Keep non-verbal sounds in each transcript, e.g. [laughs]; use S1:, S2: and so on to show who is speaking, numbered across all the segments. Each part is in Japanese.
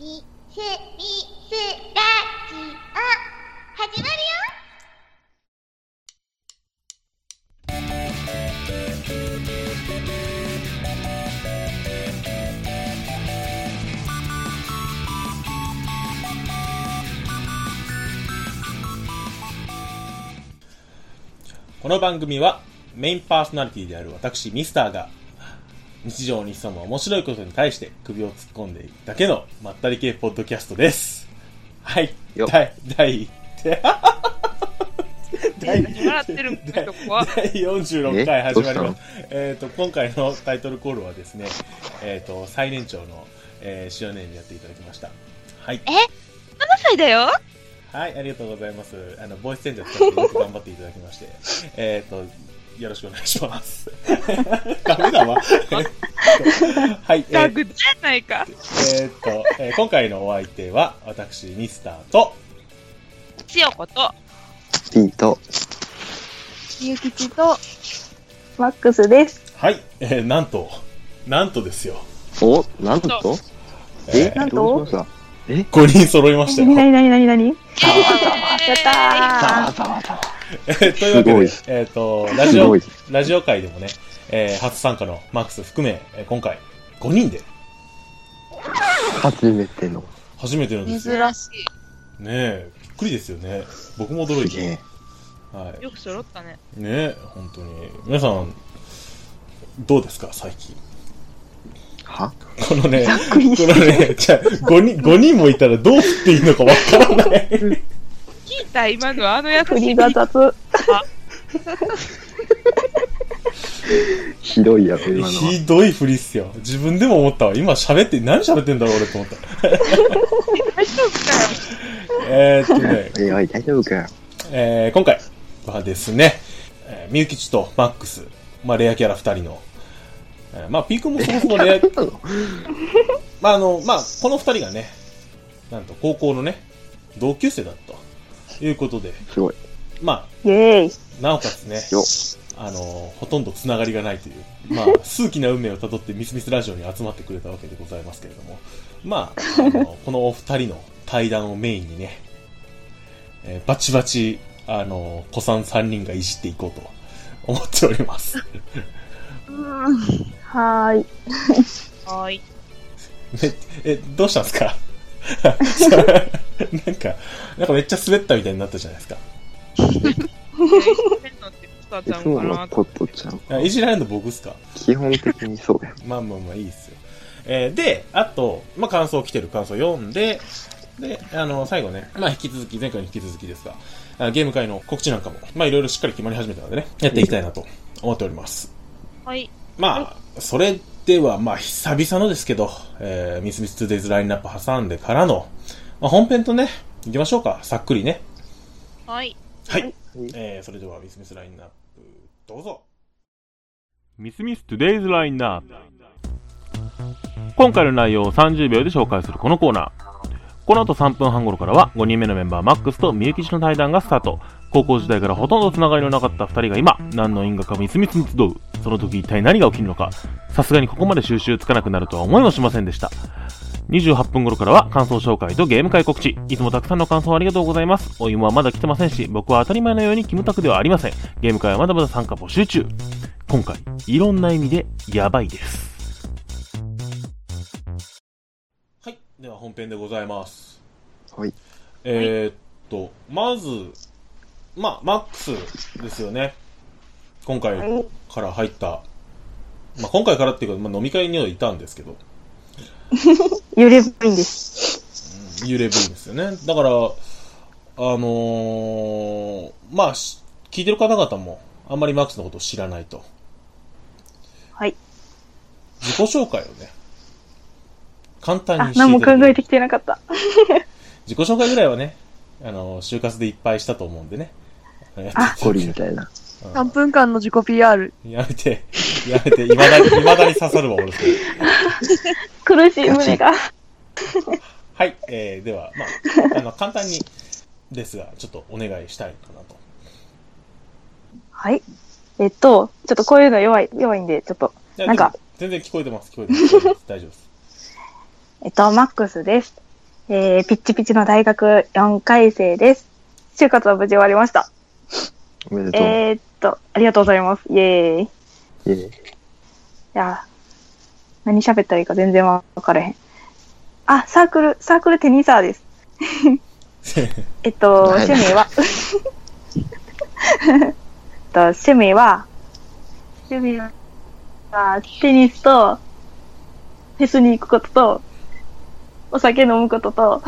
S1: ミスミスラジオ始まる
S2: この番組はメインパーソナリティである私ミスターが日常に潜む面白いことに対して首を突っ込んでいくだけのまったり系ポッドキャストですはい
S3: よ
S2: 第第第
S4: 何笑ってるんここは
S2: 第46回
S3: え
S2: 始
S3: どう
S2: ま
S3: し
S2: り
S3: たの
S2: ますえっ、と今回のタイトルコールはですねえっ、と最年長の、えー、少年にやっていただきましたはい
S4: 7歳だよ
S2: はい、ありがとうございます。あの、ボイスチェンジャー使ってよく頑張っていただきまして、えっと、よろしくお願いします。 [laughs] ダメだわ。 [laughs] はい、え
S4: ラ
S2: ー
S4: グじゃないか。
S2: えーっと、えー今回のお相手は、私、ミスターと、
S4: 千代子と、
S3: ピーと、
S5: ゆきちと、マックスです。
S2: はい、えーなんと、なんとですよ。
S3: お、なんと
S2: え
S3: え
S5: なんと
S3: どうしました
S2: 5人揃いました
S5: なにな
S2: よ。
S5: になになになに
S4: イエーイ
S5: やったー
S2: え [laughs] ーというわけ
S3: すごい
S2: で
S3: です、
S2: えーっと、ラジ
S3: すご
S2: オ
S3: い、
S2: ラジオ界でもね、えー初参加のマックス含め、えー今回、5人で、
S3: 初めての。
S2: 初めてなんですよ。
S4: し
S2: ねえ、びっくりですよね。僕も驚
S3: す
S2: い
S3: げ
S2: て
S3: え。。
S2: はい。
S4: よく揃ったね。
S2: ね本当に皆さんどうですか最近
S3: は
S2: このねこ
S5: くりし
S2: のねじゃあ5人5人もいたらどう振っていいのかわからない
S4: 聞いた今のあの優
S5: 振
S4: し
S5: り
S4: い。
S5: が雑。
S3: ひどいやろ、今のは。
S2: ひどい振りっすよ自分でも思ったわ今喋って何喋ってんだろう俺と思った
S4: 大丈夫かよ。
S2: えーっとね、
S3: おいおい、大丈夫かよ。
S2: えー今回はですねえーみゆきちとマックス、まあ、レアキャラ2人の、えーまあピークもそもそもレア
S3: なの
S2: まああの、まあ、この二人がね、なんと高校のね、同級生だということで、
S3: すごい。
S2: ま
S5: イェーイ。
S2: あ、なおかつね、
S3: よ。
S2: あの、ほとんどつながりがないという、まあ、数奇な運命をたどってミスミスラジオに集まってくれたわけでございますけれども、まあ、あのこのお二人の対談をメインにね、えーバチバチ、あの、子さん三人がいじっていこうと思っております。
S5: はーい。
S4: はーい。
S2: めえ、どうしたんですか [laughs] なんか、なんかめっちゃ滑ったみたいになったじゃないですか。
S4: 変なって使っ
S3: い
S4: ちゃう
S3: つ
S4: の
S3: も
S4: か
S3: の
S4: な
S3: トットちゃん。
S2: あいじられるの僕っすか
S3: 基本的にそう
S2: [laughs]
S3: だよ。
S2: まあまあまあいいっすよ。えーで、あと、まあ感想来てる感想読んで、で、あの、最後ね、まあ引き続き、前回に引き続きですが、あゲーム会の告知なんかも、まあいろいろしっかり決まり始めたのでね、やっていきたいなと思っております。
S4: はい。
S2: まあ、それでは、まあ、久々のですけど、えー、ミスミス 2days ラインナップ挟んでからの、まあ、本編とね、行きましょうか。さっくりね。
S4: はい。
S2: はい。
S3: はい
S2: えー、それでは、ミスミスラインナップ、どうぞ。ミスミス Today's ラインナップ。今回の内容を30秒で紹介するこのコーナー。この後3分半頃からは5人目のメンバーマックスとみゆきちの対談がスタート。高校時代からほとんどつながりのなかった2人が今、何の因果かみすみすに集う。その時一体何が起きるのか。さすがにここまで収集つかなくなるとは思いもしませんでした。28分頃からは感想紹介とゲーム会告知。いつもたくさんの感想ありがとうございます。お芋はまだ来てませんし、僕は当たり前のようにキムタクではありません。ゲーム会はまだまだ参加募集中。今回、いろんな意味でやばいです。はい。では本編でございます。
S3: はい。
S2: えーっと、まず、まあ、マックスですよね。今回
S5: はい。
S2: から入った。まあ、今回からっていうか、まあ、飲み会にはいたんですけど、
S5: 揺れ部員です。
S2: 幽霊部員ですよね。だから、あのーまあ、し聞いてる方々も、あんまりマックスのことを知らないと。
S5: はい。
S2: 自己紹介をね、簡単
S5: あ
S2: に、してい
S5: 何も考
S2: ただけ
S5: え
S2: る
S5: てきてなかった。
S2: 自己紹介ぐらいはね、あのー就活でいっぱいしたと思うんでね。やっていただきたい
S3: ゴリみたいな。
S2: うん
S6: 3分間の自己 PR。
S2: [laughs] やめて、やめて、いまだに、いまだに刺さるわ、俺。
S5: 苦しい胸が。
S2: はい、えー、では、まあ、あの、簡単にですが、ちょっとお願いしたいかなと。
S5: はい。えっと、ちょっとこういうの弱い、弱いんで、ちょっと。
S2: いや
S5: なんか、
S2: でも全然聞こえてます、聞こえてます。大丈夫です。
S5: えっと、マックスです。えー、ピッチピチの大学4回生です。就活は無事終わりました。
S3: おめでとう。
S5: えー、っと、ありがとうございます。イエーイ。い
S3: イェイ
S5: やー、何喋ったらいいか全然わからへん。あ、サークル、サークルテニサーです。 [laughs] えっと、
S3: はい
S5: 趣
S3: [laughs]
S5: 味は、えっと、趣味は、趣味は、テニスと、フェスに行くことと、お酒飲むことと、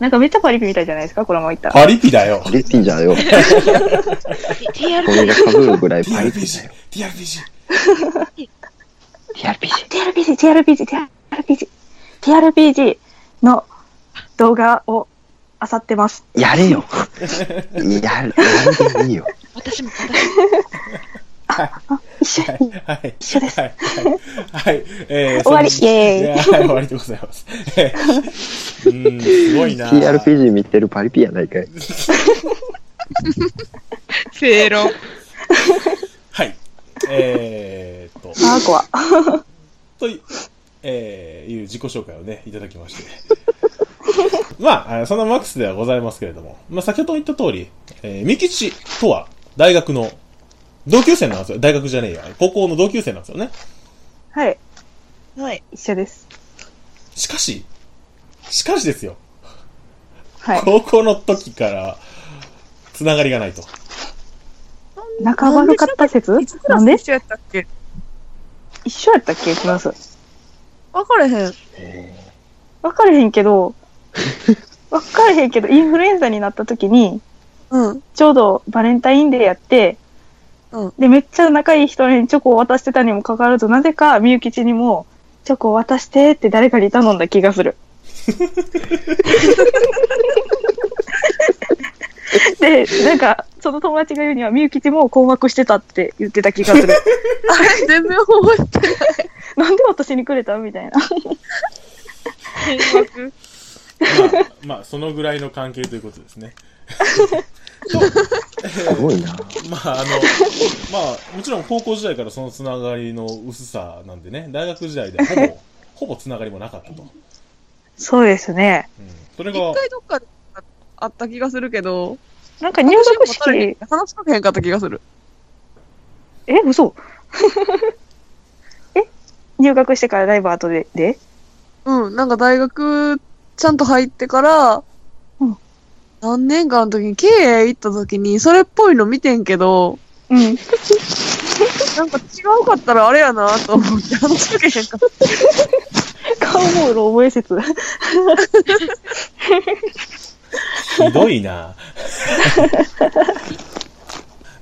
S5: なんかめっちゃパリピみたいじゃないですか、これも言ったら。
S2: パリピだよ
S3: パ。リピじゃよ。こ
S7: TRPG
S3: れが被るぐらいパリピだ
S2: TRPG
S3: よ。。
S2: TRPG。
S3: TRPG。
S5: TRPG、TRPG、TRPG、TRPG の動画を漁っ
S3: [laughs]
S5: てます。
S3: やれよ。やる、やるでいいよ。
S7: 私も、私
S5: 一緒に。
S2: はい。
S5: 一緒です
S2: はい。はい。はいえー
S5: 終わり
S2: そんな
S5: イエーイ
S2: いやはい、終わりでございます。えーうん、すごいな。
S3: TRPG 見てるパリピやないかい。
S7: 正論。
S2: はい。えーっと、
S5: あーこは。
S2: とい、えー、いう自己紹介をね、いただきまして。 [laughs] まああの、そんなマックスではございますけれども、まあ、先ほど言った通り、えー、三吉とは大学の同級生なんですよ。大学じゃねえや。高校の同級生なんですよね。
S5: はい、
S7: はい。
S5: 一緒です。
S2: しかし、しかしですよ。
S5: はい。
S2: 高校の時から、つながりがないと。
S5: 仲悪かった説なんで
S7: 一緒やったっけ
S5: 一緒やったっけクラス。
S7: 分からへん。
S5: わかれへんけ [laughs] ど、わかれへんけど、インフルエンザになった時に、
S8: [laughs]
S7: うん。
S5: ちょうどバレンタインデーやって、
S7: うん
S5: で、めっちゃ仲いい人にチョコを渡してたにもかかわらず、なぜかみゆきちにも、チョコを渡してって誰かに頼んだ気がする。で、なんか、その友達が言うには、みゆきちも困惑してたって言ってた気が [laughs] する。
S7: あれ、全然覚えてない。
S5: なんで私にくれたみたいな。
S7: 変惑。
S2: まあ、まあ、そのぐらいの関係ということですね。と
S3: すごいな。
S2: まあ、あの、まあ、もちろん高校時代からそのつながりの薄さなんでね、大学時代ではほぼ、ほぼつながりもなかったと。うん、
S5: そうですね。
S2: それが、
S8: 一回どっかであった気がするけど、
S5: なんか入学式、
S8: 話しかけへんかった気がする。
S5: え、 [laughs] 嘘え入学してからだいぶ後でで
S8: うん、なんか大学ちゃんと入ってから、
S5: うん
S8: 何年かの時に経営行った時に、それっぽいの見てんけど、
S5: うん。
S8: なんか違うかったらあれやなと思って話しかけへんかった。
S5: カウボーイの覚え説。
S2: ひどいな。 [laughs]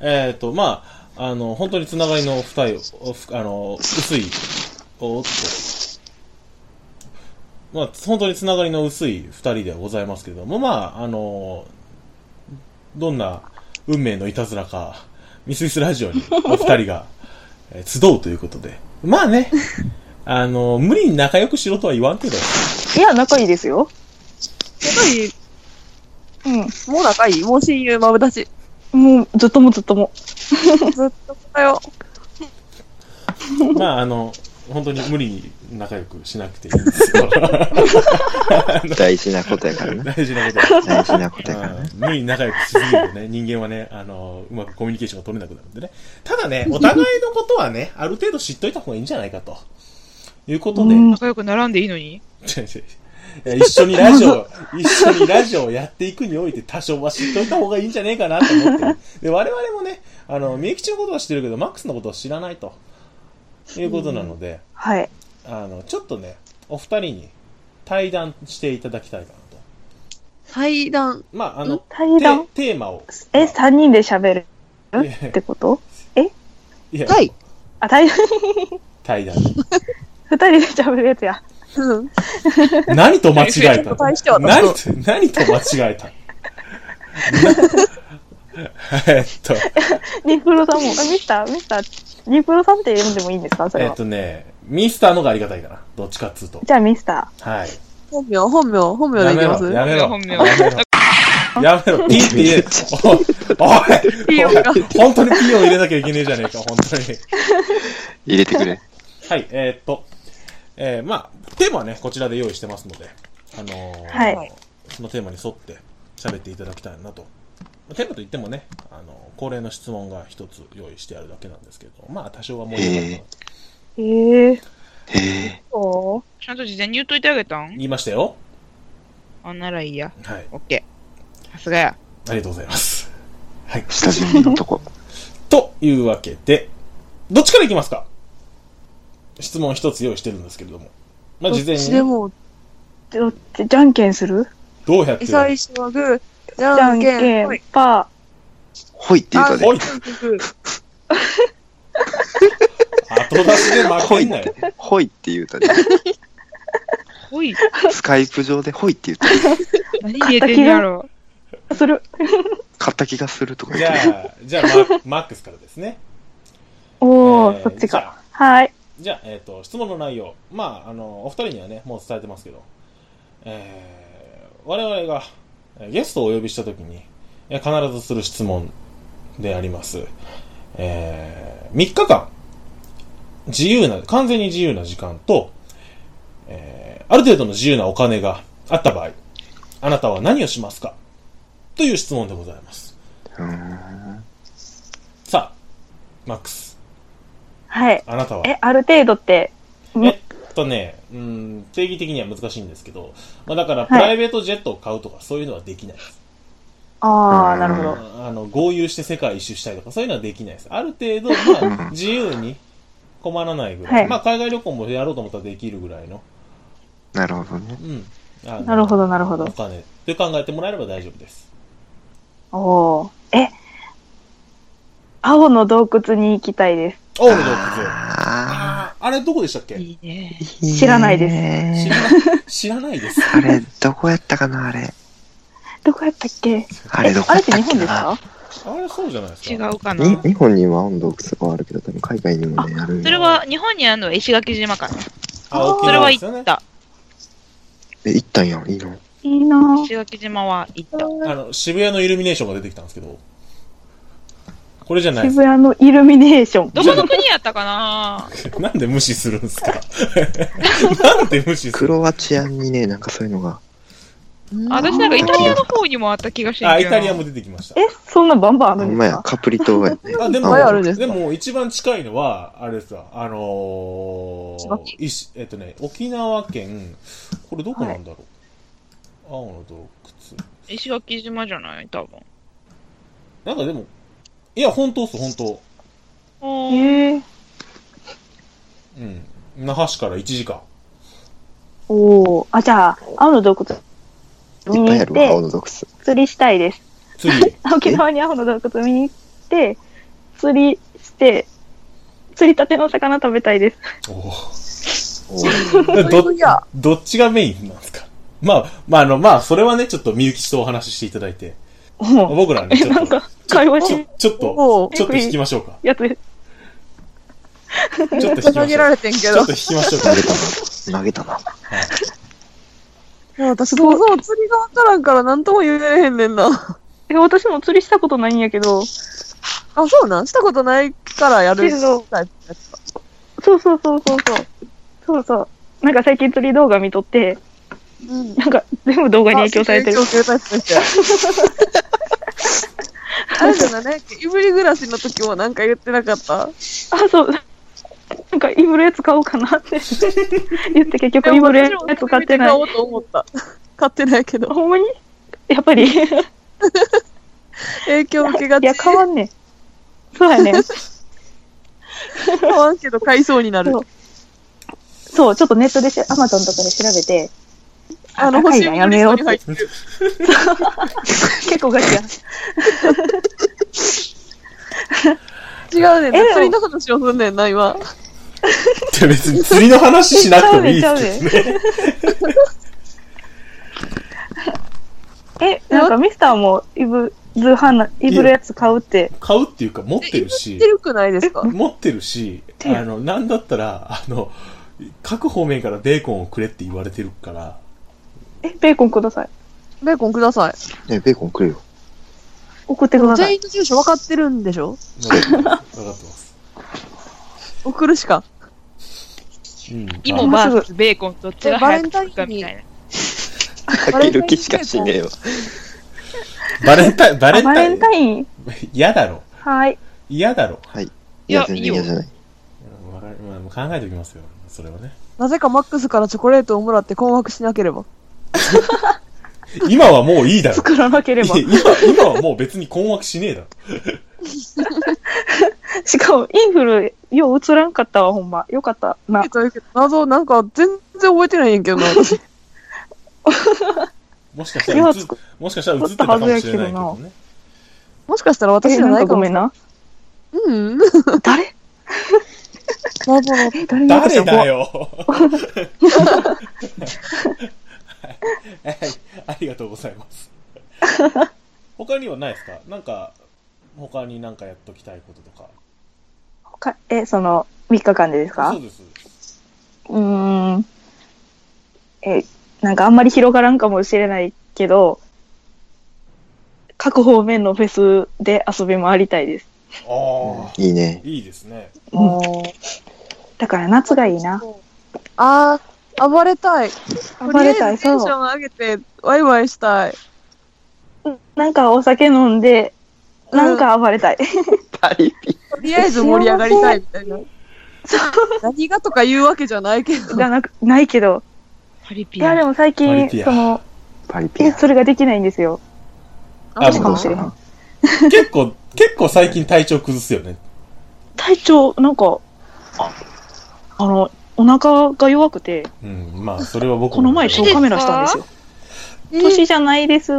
S2: えっと、まあ、あの、本当につながりの深い、おふあの、薄い、おっと。まあ、本当につながりの薄い二人ではございますけれども、まあ、あの、どんな運命のいたずらか、ミスミスラジオにお二人が、 [laughs] えー集うということで。まあね、あの、無理に仲良くしろとは言わんけど、
S5: いや、仲いいですよ。
S8: やっ
S5: うん。
S8: ぱり、もう仲いいもう親友、マブダチ。
S5: もう、ずっともずっとも。
S8: ずっとだよ。
S2: まあ、あの、本当に無理に仲良くしなくていいんですよ。
S3: 大事なことやからな。
S2: 大事なことは。
S3: 大事なことやから
S2: う
S3: な。
S2: ん無理に仲良くしすぎるとね、人間はね、あの、うまくコミュニケーションが取れなくなるんでね。ただね、お互いのことはね、ある程度知っといた方がいいんじゃないかと。 [laughs] いうことで、
S5: うん
S7: 仲良く並んでいいのに
S2: いや一緒にラジオ、一緒にラジオをやっていくにおいて多少は知っといた方がいいんじゃねえかなと思ってる。で、我々もね、あの、みゆきちのことは知ってるけど、マックスのことは知らないと。いうことなので、
S5: はい。
S2: あの、ちょっとね、お二人に対談していただきたいかなと。
S8: 対談。
S2: まあ、あの、
S5: 対談
S2: テテーマを。
S5: え、三人で喋る
S2: まあい
S5: っ
S2: や
S5: てこと
S2: いや
S8: はい。
S5: あ、対談、
S2: 対
S8: [laughs]
S2: 談。
S5: [laughs] 二人で喋るやつや。
S8: うん。
S2: 何と間違え
S8: ち
S2: た
S8: ょっと [laughs] 対しては
S2: 何と、何と間違えた [laughs] えっと、
S5: ニプロさんも、あ、ミスター、ミスター、ニプロさんって呼んでもいいんですかそれ
S2: えっ
S5: は。
S2: とね、ミスターのがありがたいかな。どっちかっつうと。
S5: じゃあ、ミスタ
S2: はい。
S8: 本名、本名、本名で
S2: や
S8: い
S2: め
S8: きま
S2: ろ、
S8: す
S2: やめろ。
S7: 本名
S2: やめろ。や
S8: [laughs]
S2: めろ、ピーって言え。おい、おい、
S8: ピー音が
S2: 本当にピーを入れなきゃいけねえじゃねえか、本当に。
S3: 入れてくれ。
S2: はい、えーっと、えー、まあ、テーマはね、こちらで用意してますので、あのー
S5: はい
S2: そのテーマに沿って喋っていただきたいなと。まあテーマといってもね、あの恒例の質問が一つ用意してあるだけなんですけど、まあ多少はもう
S3: へえ
S5: ええ
S3: へえ。
S5: そ
S7: ちゃんと事前に言っといてあげたん
S2: 言いましたよ。
S7: あんならいいや。
S2: はい。
S7: オッケー。さすがや。
S2: ありがとうございます。はい。
S3: 下準備のとこ。 [laughs]
S2: というわけで、どっちからいきますか質問一つ用意してるんですけれども。まあ
S8: どっ
S2: 事前に
S8: ちで
S2: ね
S8: も、
S5: う。どっちじゃんけんする
S2: どうやって
S8: え
S2: やる
S8: 最初はグー、じ
S5: じゃ
S8: ゃ
S5: ん
S8: ん
S5: け
S8: けん、ほ
S5: ん
S8: い、
S5: パ
S3: ほいって言うたで
S2: ほ。い
S8: グー
S2: 後出しで負
S3: ほ
S2: け
S3: い
S2: んなよ。
S3: って。ほいって言うた
S5: [laughs]
S3: で。
S7: おい、
S3: スカイプ上でほいって言うたで。
S7: 何言えてんやろ。
S5: ー。する。
S3: 買った気がするとか
S2: じ
S3: 言
S2: ゃ
S3: って。
S2: あ、じゃあマ、マックスからですね。
S5: おお、
S2: えー
S5: そっち
S2: じゃ
S5: か。
S2: あ
S5: はい。
S2: じゃあ、えっ、と、質問の内容。まあ、あの、お二人にはね、もう伝えてますけど、えー、我々がえーゲストをお呼びしたときに、えー必ずする質問であります。えー、3日間、自由な、完全に自由な時間と、えー、ある程度の自由なお金があった場合、あなたは何をしますかという質問でございます。
S3: うーん
S2: さあ、マックス、
S5: はい。
S2: あなたは
S5: え、ある程度って、
S2: え
S5: ね
S2: っとね、うん、定義的には難しいんですけど、まあだから、
S5: い
S2: プライベートジェットを買うとか、そういうのはできないです。
S5: ああ、なるほ
S3: う
S5: ど。
S2: あの、合流して世界一周したりとか、そういうのはできないです。ある程度、ま
S3: う
S2: あ、
S3: ん
S2: 自由に困らないぐらい。
S5: はい
S2: まあ、海外旅行もやろうと思ったらできるぐらいの、
S3: なるほどね。
S2: うん。あの
S5: なるほど、なるほ
S2: お
S5: ど。
S2: 金って考えてもらえれば大丈夫です。
S5: おおー。え、青の洞窟に行きたいです。
S2: 青の洞窟。あ
S3: あ
S2: ーあれどこでしたっけ
S7: いいね。
S3: ー
S5: 知らないで
S2: 知
S5: す
S3: す
S2: らない、知らないです。
S3: [laughs] あれ、どこやったかなあれ。
S5: どこやったっけ
S3: あ
S5: あ
S3: れどこ
S5: あ
S3: や
S5: れ
S3: っ
S5: って
S3: たっ
S5: 日
S3: け
S5: 本です
S3: な
S5: か
S2: あれそうじゃないです
S7: 違
S2: か。
S7: うかな
S3: に。日本には青の洞窟があるけど、多分海外にもね、あるん
S7: それ
S3: よ。
S7: は、日本にあるのは石垣島かな。
S2: あ、沖
S7: それ
S2: 縄
S7: は
S2: です
S7: 行
S2: よね
S7: っ。た。
S3: え、行ったんや。いいの
S5: いいなぁ。
S7: 石垣島は行った。
S2: あの、渋谷のイルミネーションが出てきたんですけど、これじゃないです
S5: 渋谷のイルミネーション。
S7: どこの国やった
S2: [laughs]
S7: かな
S2: なんで無視するんですか [laughs] なんで無視す
S3: ク
S2: る
S3: ロアチアにね、なんかそういうのが。
S7: あ私なんかイタリアの方にもあった気がしてん
S2: あ、
S7: け
S2: イ
S7: どな
S2: タリアも出てきました。
S5: え、そんなバンバンあ
S3: ほ
S5: る
S3: ん
S5: ん
S3: ま
S5: です
S3: や、
S5: か
S3: カプリ島やね。
S2: あ、で
S3: いっ
S2: も
S3: ぱいあ
S8: るんです
S2: でも一番近いのは、あれですわ、あのー、いしえっとね、沖縄県、これどこなんだろう、青の洞窟。
S7: 石垣島じゃない多分。
S2: なんかでも、いや、本当っす、本当。
S7: お
S5: えー、
S2: うん。那覇市から1時間。
S5: おお。あ、じゃあ、青の洞窟見に
S3: ぱい
S5: 行
S3: あ
S5: っ
S3: るわ、青
S5: て、
S3: の洞窟。
S5: 釣りしたいです。
S2: 次、
S5: 沖縄に青の洞窟見に行って、釣りして、釣りたての魚食べたいです。
S2: おー
S3: おー
S2: ど
S8: いや、
S2: どっちがメインなんですかまあ、まあ、あの、まあ、それはね、ちょっとみゆきちとお話ししていただいて、
S5: も
S2: 僕らは
S5: う、
S2: ね、
S5: え、
S2: ちょ
S5: なん
S2: っと、
S5: か、会話し、
S2: ちょっと、
S8: おう、
S2: ちょっと引きましょうか。
S5: やつです。
S2: ちょっと引きましょ
S8: 投
S2: う
S8: げ。られてんけ
S2: ちょ
S8: ど
S2: っと。引きましょうか
S3: 投。げたな。投げたな。
S8: いや私、どうぞ、釣りがわからんから、なんとも言えへんねんな。
S5: え私も釣りしたことないんやけど、
S8: あ、そうなんしたことないからやる
S5: けど
S8: タイプのやつか
S5: そうそうそうそうそう。そうそう。なんか最近釣り動画見とって、
S8: うん。
S5: なんか全部動画に影響されてる
S8: あ。影響されてるみたいあれじゃないなんかいぶり暮らしの時もなんか言ってなかった
S5: あ、そう。なんか、イブルやつ買おうかなって言って結局イブルやつ買って
S8: [laughs]
S5: な
S8: 買
S5: い
S8: お。うと思った。買ってない [laughs] けど。
S5: ほんまにやっぱり。い
S8: 影響受けがち。
S5: や、変わんねん。そうやねん。
S8: 買わんけど買いそうになる
S5: そ。うそう、ちょっとネットでし、アマゾンとかで調べて、
S8: あの、
S5: 高
S8: 欲
S5: い
S8: しい
S5: な
S8: も
S5: や
S8: の
S5: め
S8: リス
S5: よう
S8: ト
S5: っ。
S8: に入っててる。
S5: 結構ガチや。
S8: 違うねん
S5: え
S8: な。釣りの話をすんねんな、今。
S2: って別に釣りの話しなくてもいいですけどね。
S5: [laughs] え、なんかミスターもイブ、ズーハンナ、イブルやつ買うって。
S2: 買うっていうか持ってる
S8: 知
S2: し
S8: って、るくないですか
S2: 持ってるし、あの、なんだったら、あの、各方面からベーコンをくれって言われてる
S5: [laughs]
S2: から、
S5: え、ベーコンください。
S8: ベーコンください。
S3: え、ベーコンくれよ。
S5: 送ってください。
S8: 全員の住所分かってるんでしょ
S2: 分かってます。
S8: 送るしか。
S2: うん。
S7: 芋
S5: ま
S7: バ
S5: あ
S7: ースベーコンどっちが早くつくかみたいな。
S3: かける気しかしねえわ。
S2: バレンタイン、バレ
S5: あ
S2: ン
S5: バ
S2: タ
S5: レ
S2: イン
S5: ンタイン
S2: 嫌だろ。
S5: はい。
S2: 嫌だろ。
S3: いや、
S7: いや
S3: 全然嫌じゃない。
S2: うんわかるまあ、考えておきますよ。それはね。
S8: なぜかマックスからチョコレートをもらって困惑しなければ。
S2: 今はもういいだろ。
S5: 作らなけれ
S2: い
S5: ば
S2: や。今、今はもう別に困惑しねえだろ。
S5: しかも、インフル、よう映らんかったわ、ほんま。よかったな。
S8: 謎、なんか全然 [laughs] 覚えてないんやけどな、私。
S2: もしかしたらうつ
S5: いや
S2: もしかしたら映ってたかもしれないけ
S5: 撮った
S2: ど
S5: は
S2: ね。
S8: もしかしたら私
S5: え、
S8: じゃ
S5: な
S8: なん
S5: か
S8: いか
S5: ご
S8: も
S5: めんな。
S8: うん。
S5: 誰
S8: 謎の。
S5: え誰に言う
S2: 誰
S5: と
S2: だ
S5: 怖い
S2: よはい、はいありがとうございます。他にはないですかなんか、他になんかやっときたいこととか。
S5: かえ、その、3日間でですか
S2: そうです。
S5: うーん。え、なんかあんまり広がらんかもしれないけど、各方面のフェスで遊び回りたいです。
S2: ああ、
S3: いいね。
S2: いいですね。
S5: うんだから夏がいいな。
S8: あー、暴れたい。
S5: 暴れたい、
S8: とりあ
S5: そ
S8: えずテンショ
S5: う。
S8: ン上げて、ワイワイしたい。
S5: なんかお酒飲んで、なんか暴れたい。
S3: パリピ。
S8: とりあえず盛り上がりたいみたいな。何がとか言うわけじゃないけど。
S5: がなく、ないけど。
S7: ハリピ
S5: いや、でも最
S2: マリ
S5: 近
S2: ティ、ア
S5: その、
S3: パリピ
S5: え、。それができないんですよ。
S2: あ
S5: そうかもしれへん。
S2: 結構、結構最近体調崩すよね。
S5: 体調、なんか、ああの、お腹が弱くて、
S2: うん、まあ、それは僕も
S5: この前ショーカメラしたんですよ。年じゃないです。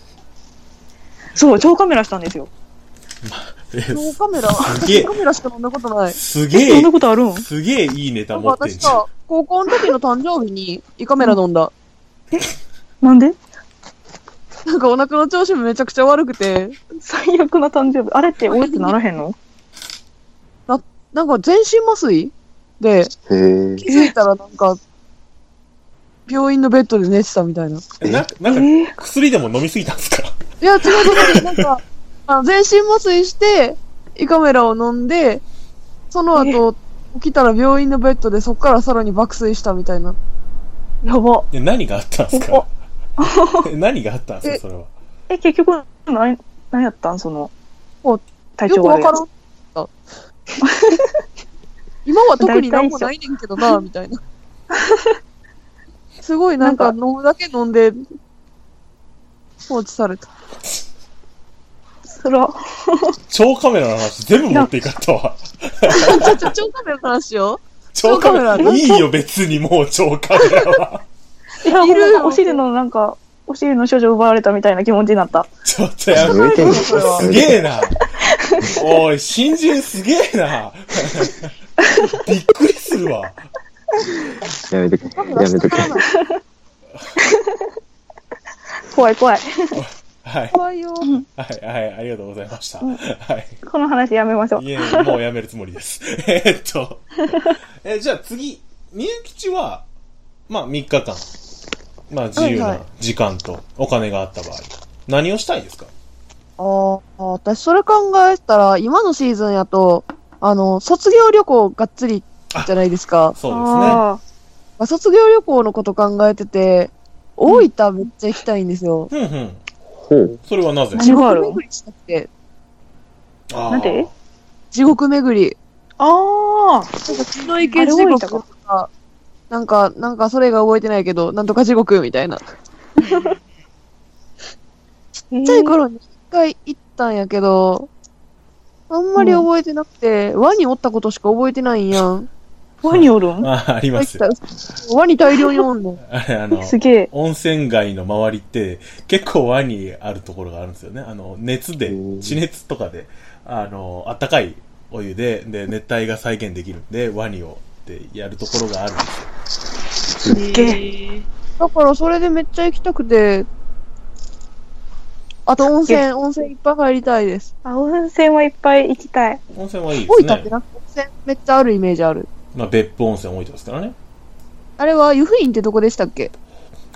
S5: [laughs] そう、超カメラしたんですよ。
S2: え
S8: ノーカメラ、
S2: すげえ
S8: カメラしか飲んだことない。
S2: す
S5: え、
S2: げ
S5: そん
S2: え
S5: な、ことあるん
S2: すげえいいネタ
S8: なんか
S2: 持ってん
S8: 私
S2: じゃん
S8: さ。、高校の時の誕生日に胃カメラ飲んだ。
S5: なんで
S8: なんかお腹の調子もめちゃくちゃ悪くて、
S5: 最悪な誕生日。あれって俺ってならへんの
S8: なんか全身麻酔
S3: へ
S8: で、
S3: え。
S8: 気づいたらなんか、病院のベッドで寝てたみたいな。い
S2: えなな
S5: え
S2: んか、
S5: ー、
S2: 薬でも飲みすぎたんですか [laughs]
S8: や、違う違う、なんか、あの全身麻酔して、胃カメラを飲んで、その後、起きたら病院のベッドでそっからさらに爆睡したみたいな。
S5: やば。
S2: え何があったんです [laughs] かえ何があったんですかそれは。
S5: え、結局、何、何やったんその
S8: お、
S5: 体
S8: よく
S5: 調
S8: わ
S5: 悪い
S8: か
S5: や
S8: ら
S5: つ
S8: ん。あ [laughs] 今は特になんもないねんけどな、みたいな。 [laughs] すごいなん
S5: な
S8: か
S5: ん
S8: 飲むだけ飲んで、放置され [laughs] た。
S5: それは、
S2: 超カメラの話全部持っていかったわ。
S8: ちょ、ちょ、超カメラの話よ。
S2: 超カメラ
S8: 超カメラ
S2: いいよ別にもう [laughs] 超カメラは。 [laughs]
S5: いや、
S8: いるよ
S5: ほんまお尻のなんか、お尻の処女奪われたみたいな気持ちになった。
S2: ちょっとや
S3: や
S2: め
S3: めてよ。
S8: それは
S3: や
S2: す
S3: めて
S2: げえな。おい、新人すげえな。 [laughs] びっくりするわ。
S3: やめてくれ。やめてくれ。
S5: 怖い怖い。
S2: はい。
S8: 怖 [laughs] いよ。
S2: はい、はい、ありがとうございました。はい。
S5: この話やめましょう。
S2: いえ、もうやめるつもりです。 [laughs] えっと。え、じゃあ次、みゆきちは、まあ3日間、まあ自由
S8: はい
S2: な
S8: はい
S2: 時間とお金があった場合、何をしたいですか
S8: ああ、私それ考えたら、今のシーズンやと、あの、卒業旅行がっつりじゃないですか。
S2: そう
S8: まあ卒業旅行のこと考えてて、大分めっちゃ行きたいんですよ。
S2: ですね。ふんふん。
S3: ほう。
S2: それはなぜ
S5: 何がある
S8: 地獄巡りしたくて。
S2: あー
S5: なんで
S8: 地獄巡り。
S5: ああー、
S8: なんか血の池地獄とか、なんか、なんかそれが覚えてないけど、なんとか地獄みたいな。ちっ
S5: ちっ
S8: ちゃい頃に一回行ったんやけど、あんまり覚えてなくて、ワニおったことしか覚えてないんやん。
S5: ワニおるん
S2: あー、ありますよ。
S8: ワニ大量におんの。
S2: あれ、あの、
S5: すげえ。
S2: 温泉街の周りって結構ワニあるところがあるんですよね。あの、熱で
S3: へ、ー
S2: 地熱とかで、あの、暖かいお湯で、で、熱帯が再現できるんで、ワニをってやるところがあるんですよ。
S7: すっ
S5: げ
S7: え。
S8: だからそれでめっちゃ行きたくて、あと温泉、温泉いっぱい入りたいです。
S5: あ、温泉はいっぱい行きたい。
S2: 温泉はいいで
S8: 大
S2: す
S8: 分って
S2: ね。
S8: なんか温泉めっちゃあるイメージある。
S2: まあ、別府温泉大分ですからね。
S8: あれは湯布院ってどこでしたっけ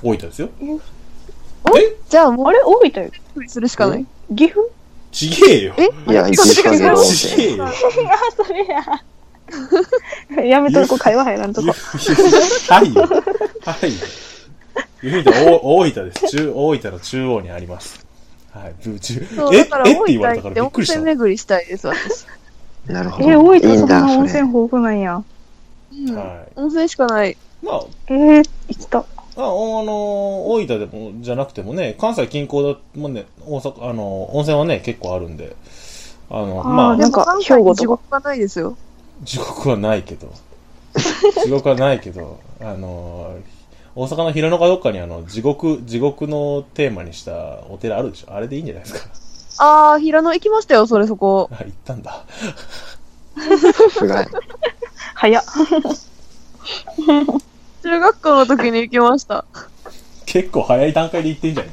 S2: 大分ですよ。
S8: じゃあもう
S5: あれ大分よ。
S8: びっくりするしかない。
S5: 岐阜
S2: ちげえよ。
S8: え
S3: いや、一時間で温
S2: ちげ
S3: 泉。
S2: えよ。
S5: あ、それや。やめとこ、会話入らんとこ。
S2: はいよ。はいよ。言うてお大分です。中、大分の中央にあります。はい。ぶ中
S8: そう、
S2: え
S8: だから
S2: えって
S8: 大
S2: 言われたか
S8: 分行
S2: ら
S8: って
S2: び
S8: 温
S2: っくりした
S8: 泉。巡りしたいです、私。
S3: なるほど。
S5: え、大分
S3: いい
S5: そ
S3: ん
S5: んな
S3: だ、そ
S5: 温
S3: れ。
S5: 泉豊富なんや。
S8: うん。
S2: は
S8: 温泉しかない。
S2: い。まあ、
S5: えー、行きた。
S2: まあ、おあのー大分でも、じゃなくてもね、関西近郊だもんね、大阪、あのー温泉はね、結構あるんで、あの、
S5: あー
S2: ま
S5: あ
S2: あ
S5: な、んか兵庫とか
S8: 地獄がないですよ。
S2: 地獄はないけど、地獄はないけど、あのー大阪の平野かどっかにあの、地獄、地獄のテーマにしたお寺あるでしょあれでいいんじゃないですか
S8: あー、平野行きましたよ、それそこ。
S2: あ、行ったんだ。
S3: さすが。
S5: 早っ。
S8: 中学校の時に行きました。
S2: 結構早い段階で行ってんじゃん。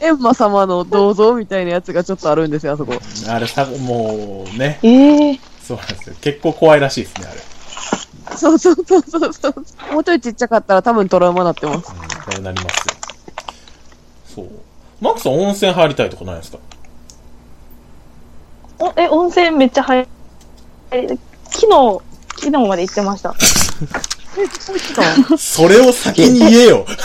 S8: エンマ様の銅像みたいなやつがちょっとあるんですよ、あそこ。
S2: あれさ、もうね、
S5: えー、
S2: そうなんですよ。結構怖いらしいですね、あれ。
S8: そうそうそうそうそう。もうちょいちっちゃかったら多分トラウマなってま
S2: う
S8: す。
S2: ん、これなりますよ。そう。マックさん温泉入りたいとかないですか
S5: おえ、温泉めっちゃ早い。え、昨日、昨日まで行ってました。
S2: それを先に言えよ
S5: 昨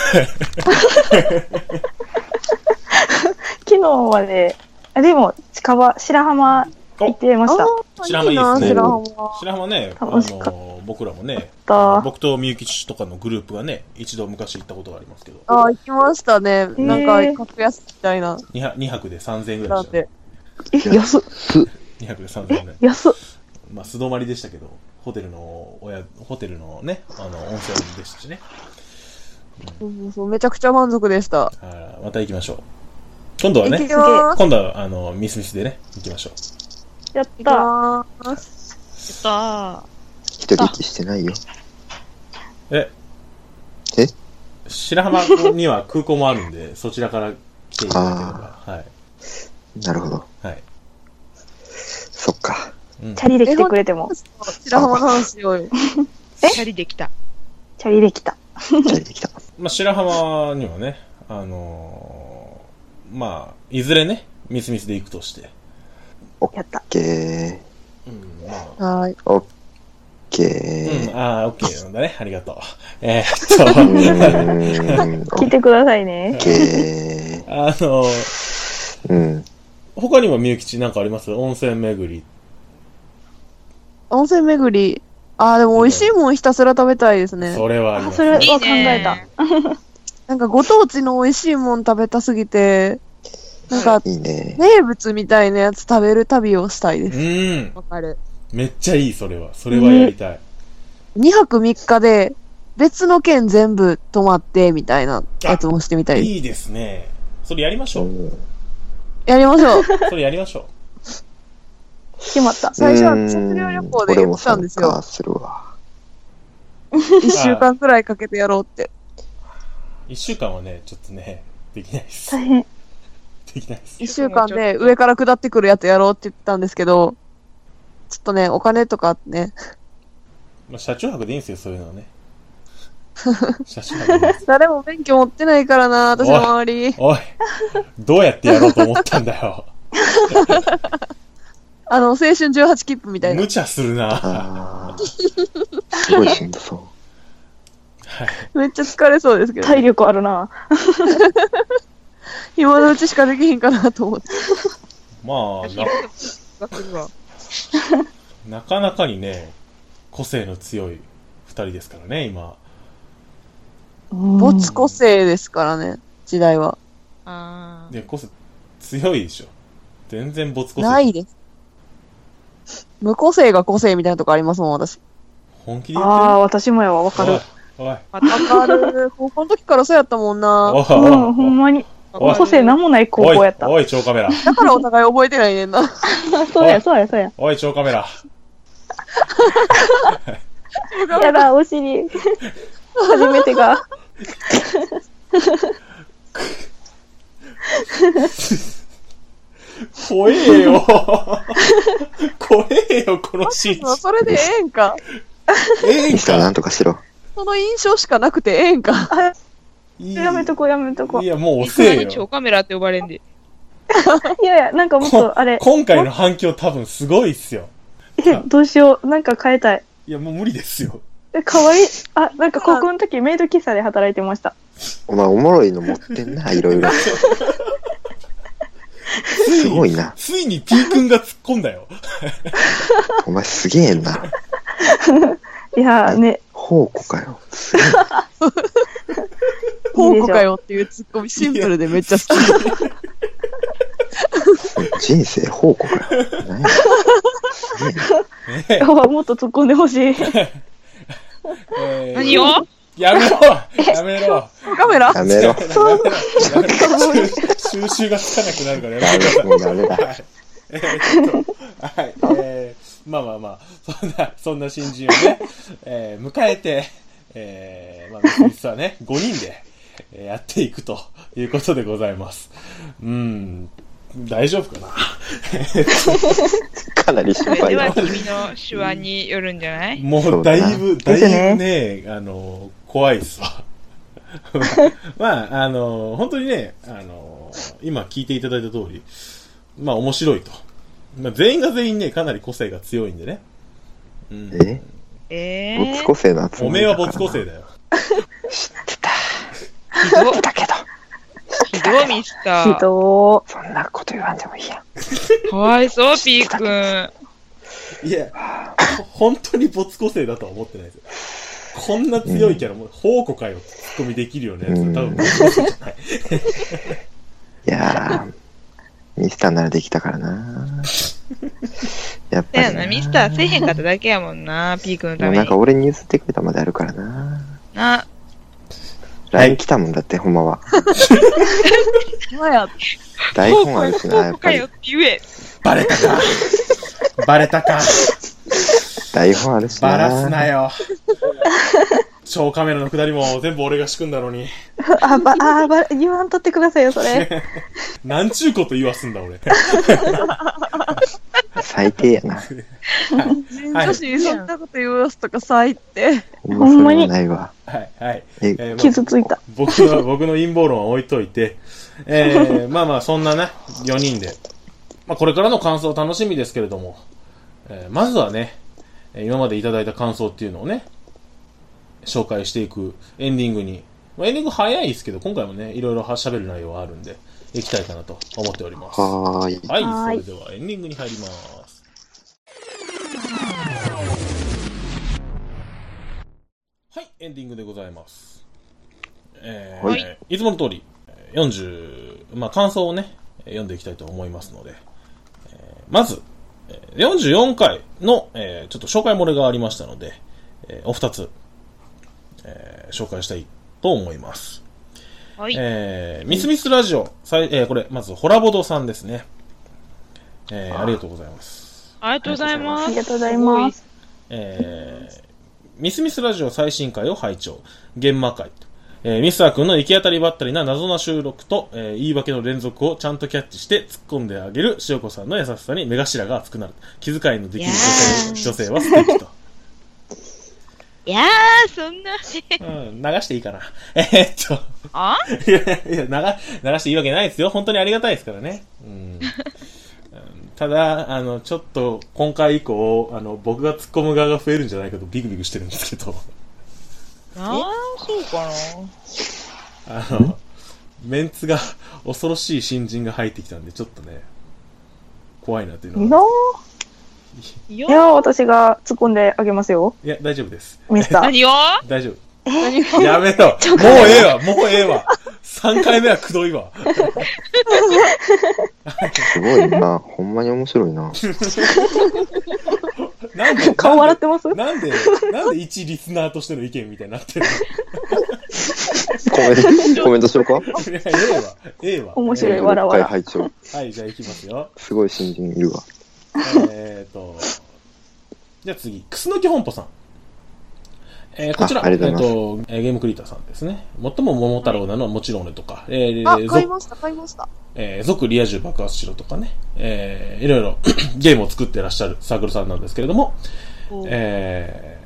S5: 日まで、あでも、近場、白浜行ってました。
S8: あー
S2: 知らないですね
S8: いいな白浜
S2: 白浜ね、あの
S5: 楽しかっ
S2: ー、僕らもね、
S5: た
S2: 僕とみゆきちとかのグループがね、一度昔行ったことがありますけど、
S8: あー、行きましたね。なんか、格安みたいな。
S2: 2, 泊二泊で3000円ぐら
S8: ないん
S2: でした、ね
S5: え、
S8: で。。
S5: 安っ、
S2: 2泊で3000円ぐらい。
S5: 安っ。
S2: まあ素泊まりでしたけど、ホテルの、親、ホテルのね、あの、温泉でしたしね。
S8: そうそうそうめちゃくちゃ満足でした。
S2: はいまた行きましょう。今度は
S8: 行
S2: ね
S8: き、まーす。
S2: 今度は、あの、ミスミスでね、行きましょう。
S5: やっ
S8: 行き
S5: た。
S8: まーす。
S7: さあ、
S3: 一人きしてないよ。
S2: え
S3: え
S2: 白浜には空港もあるんで、そちらから来ていただければ。はい。
S3: なるほど。
S2: はい。
S3: そっか。
S2: うん
S5: チャリで来てくれても。
S8: 白浜の話しようよ。
S7: えシャリできた。
S5: チャリで来た。
S3: チャリできた。
S2: まあ、白浜にはね、あのーまあ、いずれね、ミスミスで行くとして、
S5: やった。
S3: オッケ
S2: うん、まあ、
S8: はーい。
S3: ー。オ
S2: う
S3: ッ
S2: ん
S3: ケ、
S2: ああ、オッケーなんだね。ありがとう。えー
S3: ー。う
S2: っと、
S3: ーん。オ
S5: 聞い
S3: ッ
S5: てくださいね。
S3: ケ
S2: [laughs] あのー
S3: ー。うん。
S2: 他にもみゆきちなんかあります温泉巡り。
S8: 温泉巡り。ああ、でも美味しいもんひたすら食べたいですね。
S2: それはありま
S5: あ、
S2: す
S5: それは
S2: ね。
S5: 考えた。
S8: なんかご当地の美味しいもん食べたすぎて、なんか
S3: いいね。
S8: 名物みたいなやつ食べる旅をしたいです。
S2: うん。
S8: わかる。
S2: めっちゃいい、それは。それはやりたい。
S8: 2泊3日で別の県全部泊まってみたいなやつもしてみたいです。
S2: いいですね。それやりましょう。
S8: やりましょ [laughs] う。
S2: それやりましょ
S5: 決まった。
S8: 最初は卒業旅行で言ってたんです
S3: 俺も参
S8: よ。
S3: 加するわ。
S8: 1週間くらいかけてやろうって。
S2: う。一週間はね、ちょっとね、できないです
S5: 大。変。
S2: できないです。
S8: 1週間で上から下ってくるやつやろうって言ってたんですけど、ちょっとね、お金とか [laughs] ね、
S2: まあ、車中泊でいいんですよ、そういうのは
S5: [laughs]
S2: ね。車中泊でいいです。
S8: 誰も免許持ってないからな、私の周り。
S2: おい、どうやってやろうと思ったんだよ。
S8: あの、青春18切符みたいな
S2: 無。茶す
S5: [laughs]
S2: るな。
S3: あー。すごいしんどそ
S8: めっちゃ疲れそうですけど、
S5: 体力あるな。
S8: 今のうちしかできへんかなと思って。
S2: まあ、ななかなかにね、個性の強い二人ですからね、今。
S8: 没個性ですからね、時代は。
S7: あー
S2: で、個性強いでしょ。全然没個性。
S8: ないです。無個性が個性みたいなとこありますもん、私。
S2: 本気で
S5: あ
S2: 言ってる
S5: あ、私もやわ、わかる。
S2: おい、おい、
S7: また
S8: わかる。高校の時からそうやったもん
S2: お
S8: な。
S2: い、
S5: う
S2: おい
S5: ん、ほんまに。
S2: おい
S5: 個性なんもない高校やった。
S2: おい、おい超カメラ。
S8: だからお互い覚えてないね
S2: [laughs]
S8: んな。
S5: そうや、そうや、そうや。
S2: おい、超カメラ。
S5: やだ、お [laughs] 尻。初めてが。
S2: 怖え
S5: [laughs]
S2: よ。怖えよ、このシーン。
S8: それでええんか。
S2: ええ
S3: う。
S2: ん
S3: ミスターな
S2: か
S3: んとかしろ。
S8: その印象しかなくてええんか。
S2: いい
S5: [laughs] やめとこう、やめとこう
S2: い。や、もう遅
S7: い
S2: え
S7: に超
S2: よ。
S7: カメラって呼ばれんで。
S5: いやいや、なんかもっと、あれ、
S2: 今回の反響多分すごいっすよ。
S5: [laughs] えどうしよう。なんか変えたい。
S2: いや、もう無理ですよ。
S5: えかわいい。あ、なんか高校の時メイド喫茶で働いてました。
S3: お前おもろいの持ってん
S7: [laughs]
S3: な、いろいろ。すごいな。
S2: ついに P 君が突っ込んだよ。
S3: お前すげえな。
S5: いやーね、
S3: 宝庫かよ。すげえ。
S8: 宝庫かよっていうツッコミシンプルでめっちゃ好き。
S3: 人生宝庫かよ。何やすげえな。
S2: ね
S5: あもっと突っ込んでほし [laughs] い。
S2: えー
S7: [laughs] 何を
S2: やめろやめろ
S8: カメラ
S3: やめろ。
S5: そ
S2: や
S5: う
S2: めろ収収集がつかなくなるからやめ
S3: ダ
S2: ろ
S3: メ、もうダメだ。
S2: はい。えーっと、はい。えー、まあまあまあ、そんな、そんな新人をね、えー、迎えて、えー、まあ、実はね、5人で、えーやっていくということでございます。うん、大丈夫かな
S3: かなり心
S7: それ
S3: 配
S7: では
S3: だ。
S7: 君の手腕によるんじゃない
S2: もう、だいぶ、
S5: そ
S2: だ
S5: うだない
S2: ぶね、あの、怖いっすわ。 [laughs] まあ、あの、本当にね、あの、今聞いていただいた通り、まあ面白いと。まあ全員が全員ね、かなり個性が強いんでね。うん。
S3: え
S7: え
S3: 没
S7: え
S3: 個性の集
S2: お
S3: ま
S2: め
S3: り
S2: えは
S3: だからな。
S2: 没個性だよ。
S3: だけど、
S7: ひどいミスタ
S5: ひ
S7: ー。
S5: ど
S3: そんなこと言わんでもいいやん。
S7: かわいそう、ピー君。
S2: いや、ほ本当に没個性だとは思ってないですよ。こんな強いキャラ、もう宝庫かよ、ツッコミできるよね。多
S3: うん
S2: 分没個性じゃない。
S3: いやー、ミスターならできたからな。やっぱ
S7: だよ
S3: り
S7: な、ミスターせえへんかっただけやもんな、ピー君の
S3: も
S7: た
S3: う
S7: め
S3: なん
S7: に
S3: か。俺に譲ってくれたまであるからな。
S7: な、
S3: LINE 来たもんだって、ほんまは。
S8: 今や、
S3: 台本あるしな、や
S7: こ
S3: っ
S7: うか
S3: ぱり
S7: よっ。て言え。
S2: バレたか。バレたか。
S3: 台本あるしな。
S2: バラすなよ。超カメラの下りも全部俺が仕組んだのに。
S5: ー。あ、ば、あー、ば、言わんとってくださいよ、それ。
S2: なんちゅうこと言わすんだ俺。
S3: 最低や
S2: [laughs]
S3: な。
S8: 女子にそんなこと言わすとかさいって。
S3: ほんまそれもないわ。
S2: はい、はい。
S3: え、
S2: ーまあ
S5: 傷ついた。
S2: 僕の、僕の陰謀論は置いといて、えー、まあまあ、そんなね、4人で、まあ、これからの感想楽しみですけれども、えーまずはね、えー今までいただいた感想っていうのをね、紹介していくエンディングに、まあ、エンディング早いですけど、今回もね、いろいろは喋る内容はあるんで、いきたいかなと思っております。は
S3: はーい。
S2: い、
S5: はーい
S2: それではエンディングに入ります。はい、エンディングでございます。えー、
S3: はい
S2: つもの通り、えー40、まあ、感想をね、えー読んでいきたいと思いますので、えーまず、えー44回の、えーちょっと紹介漏れがありましたので、えーお二つ、えー紹介したいと思います。
S7: はい
S2: えーミスミスラジオ、さいえーこれ、まず、ホラボドさんですね。えーありがとうございます。
S7: ありがとうございます。
S5: ありがとうございます。
S2: えーミスミスラジオ最新回を拝聴。現場会。えーミスター君の行き当たりばったりな謎な収録と、えー言い訳の連続をちゃんとキャッチして突っ込んであげる塩子さんの優しさに目頭が熱くなる。気遣いのできる女性女性は素敵と。
S7: すごい。いやー、そんな。
S2: うん、流していいかな。えーっと。
S7: あ
S2: いやいや、流、流していいわけないですよ。本当にありがたいですからね。うん。ただ、あの、ちょっと、今回以降、あの、僕が突っ込む側が増えるんじゃないかとビクビクしてるんですけど、
S7: なあ、そうかな。
S2: あの、メンツが、恐ろしい新人が入ってきたんで、ちょっとね、怖いなっていう
S5: い
S2: の
S5: や
S2: は。
S7: い
S5: ーい
S7: や
S5: やー、私が突っ込んであげますよ、
S2: いや、大丈夫です。
S5: ミスター。
S7: 何よ
S2: 大丈夫。
S8: 何が
S2: やめろもうええわもうええわ !3 回目はくどいわ。
S3: すごいな。ほんまに面白
S2: [laughs]
S3: いな。
S2: なんで
S5: [laughs] 顔笑ってます
S2: なんで、なんで一リスナーとしての意見みたいになってるの
S3: コメント、コメントしろか
S2: いや、ええわ。ええわ。
S5: 面白い
S2: え
S5: わらわら
S3: はい、拝聴。
S2: えはい、じゃあ行きますよ。
S3: すごい新人いるわ。
S2: えーと。じゃあ次、くすのき本舗さん。えー、こちら、
S3: あありがとうござい
S2: えっと、えーゲームクリエイターさんですね。最も桃太郎なのはもちろん俺とか、えー、
S8: あ、買い
S2: ぞ
S8: ました、買いました。
S2: えー続リア充爆発しろとかね、えー、いろいろ [coughs] ゲームを作ってらっしゃるサークルさんなんですけれども、え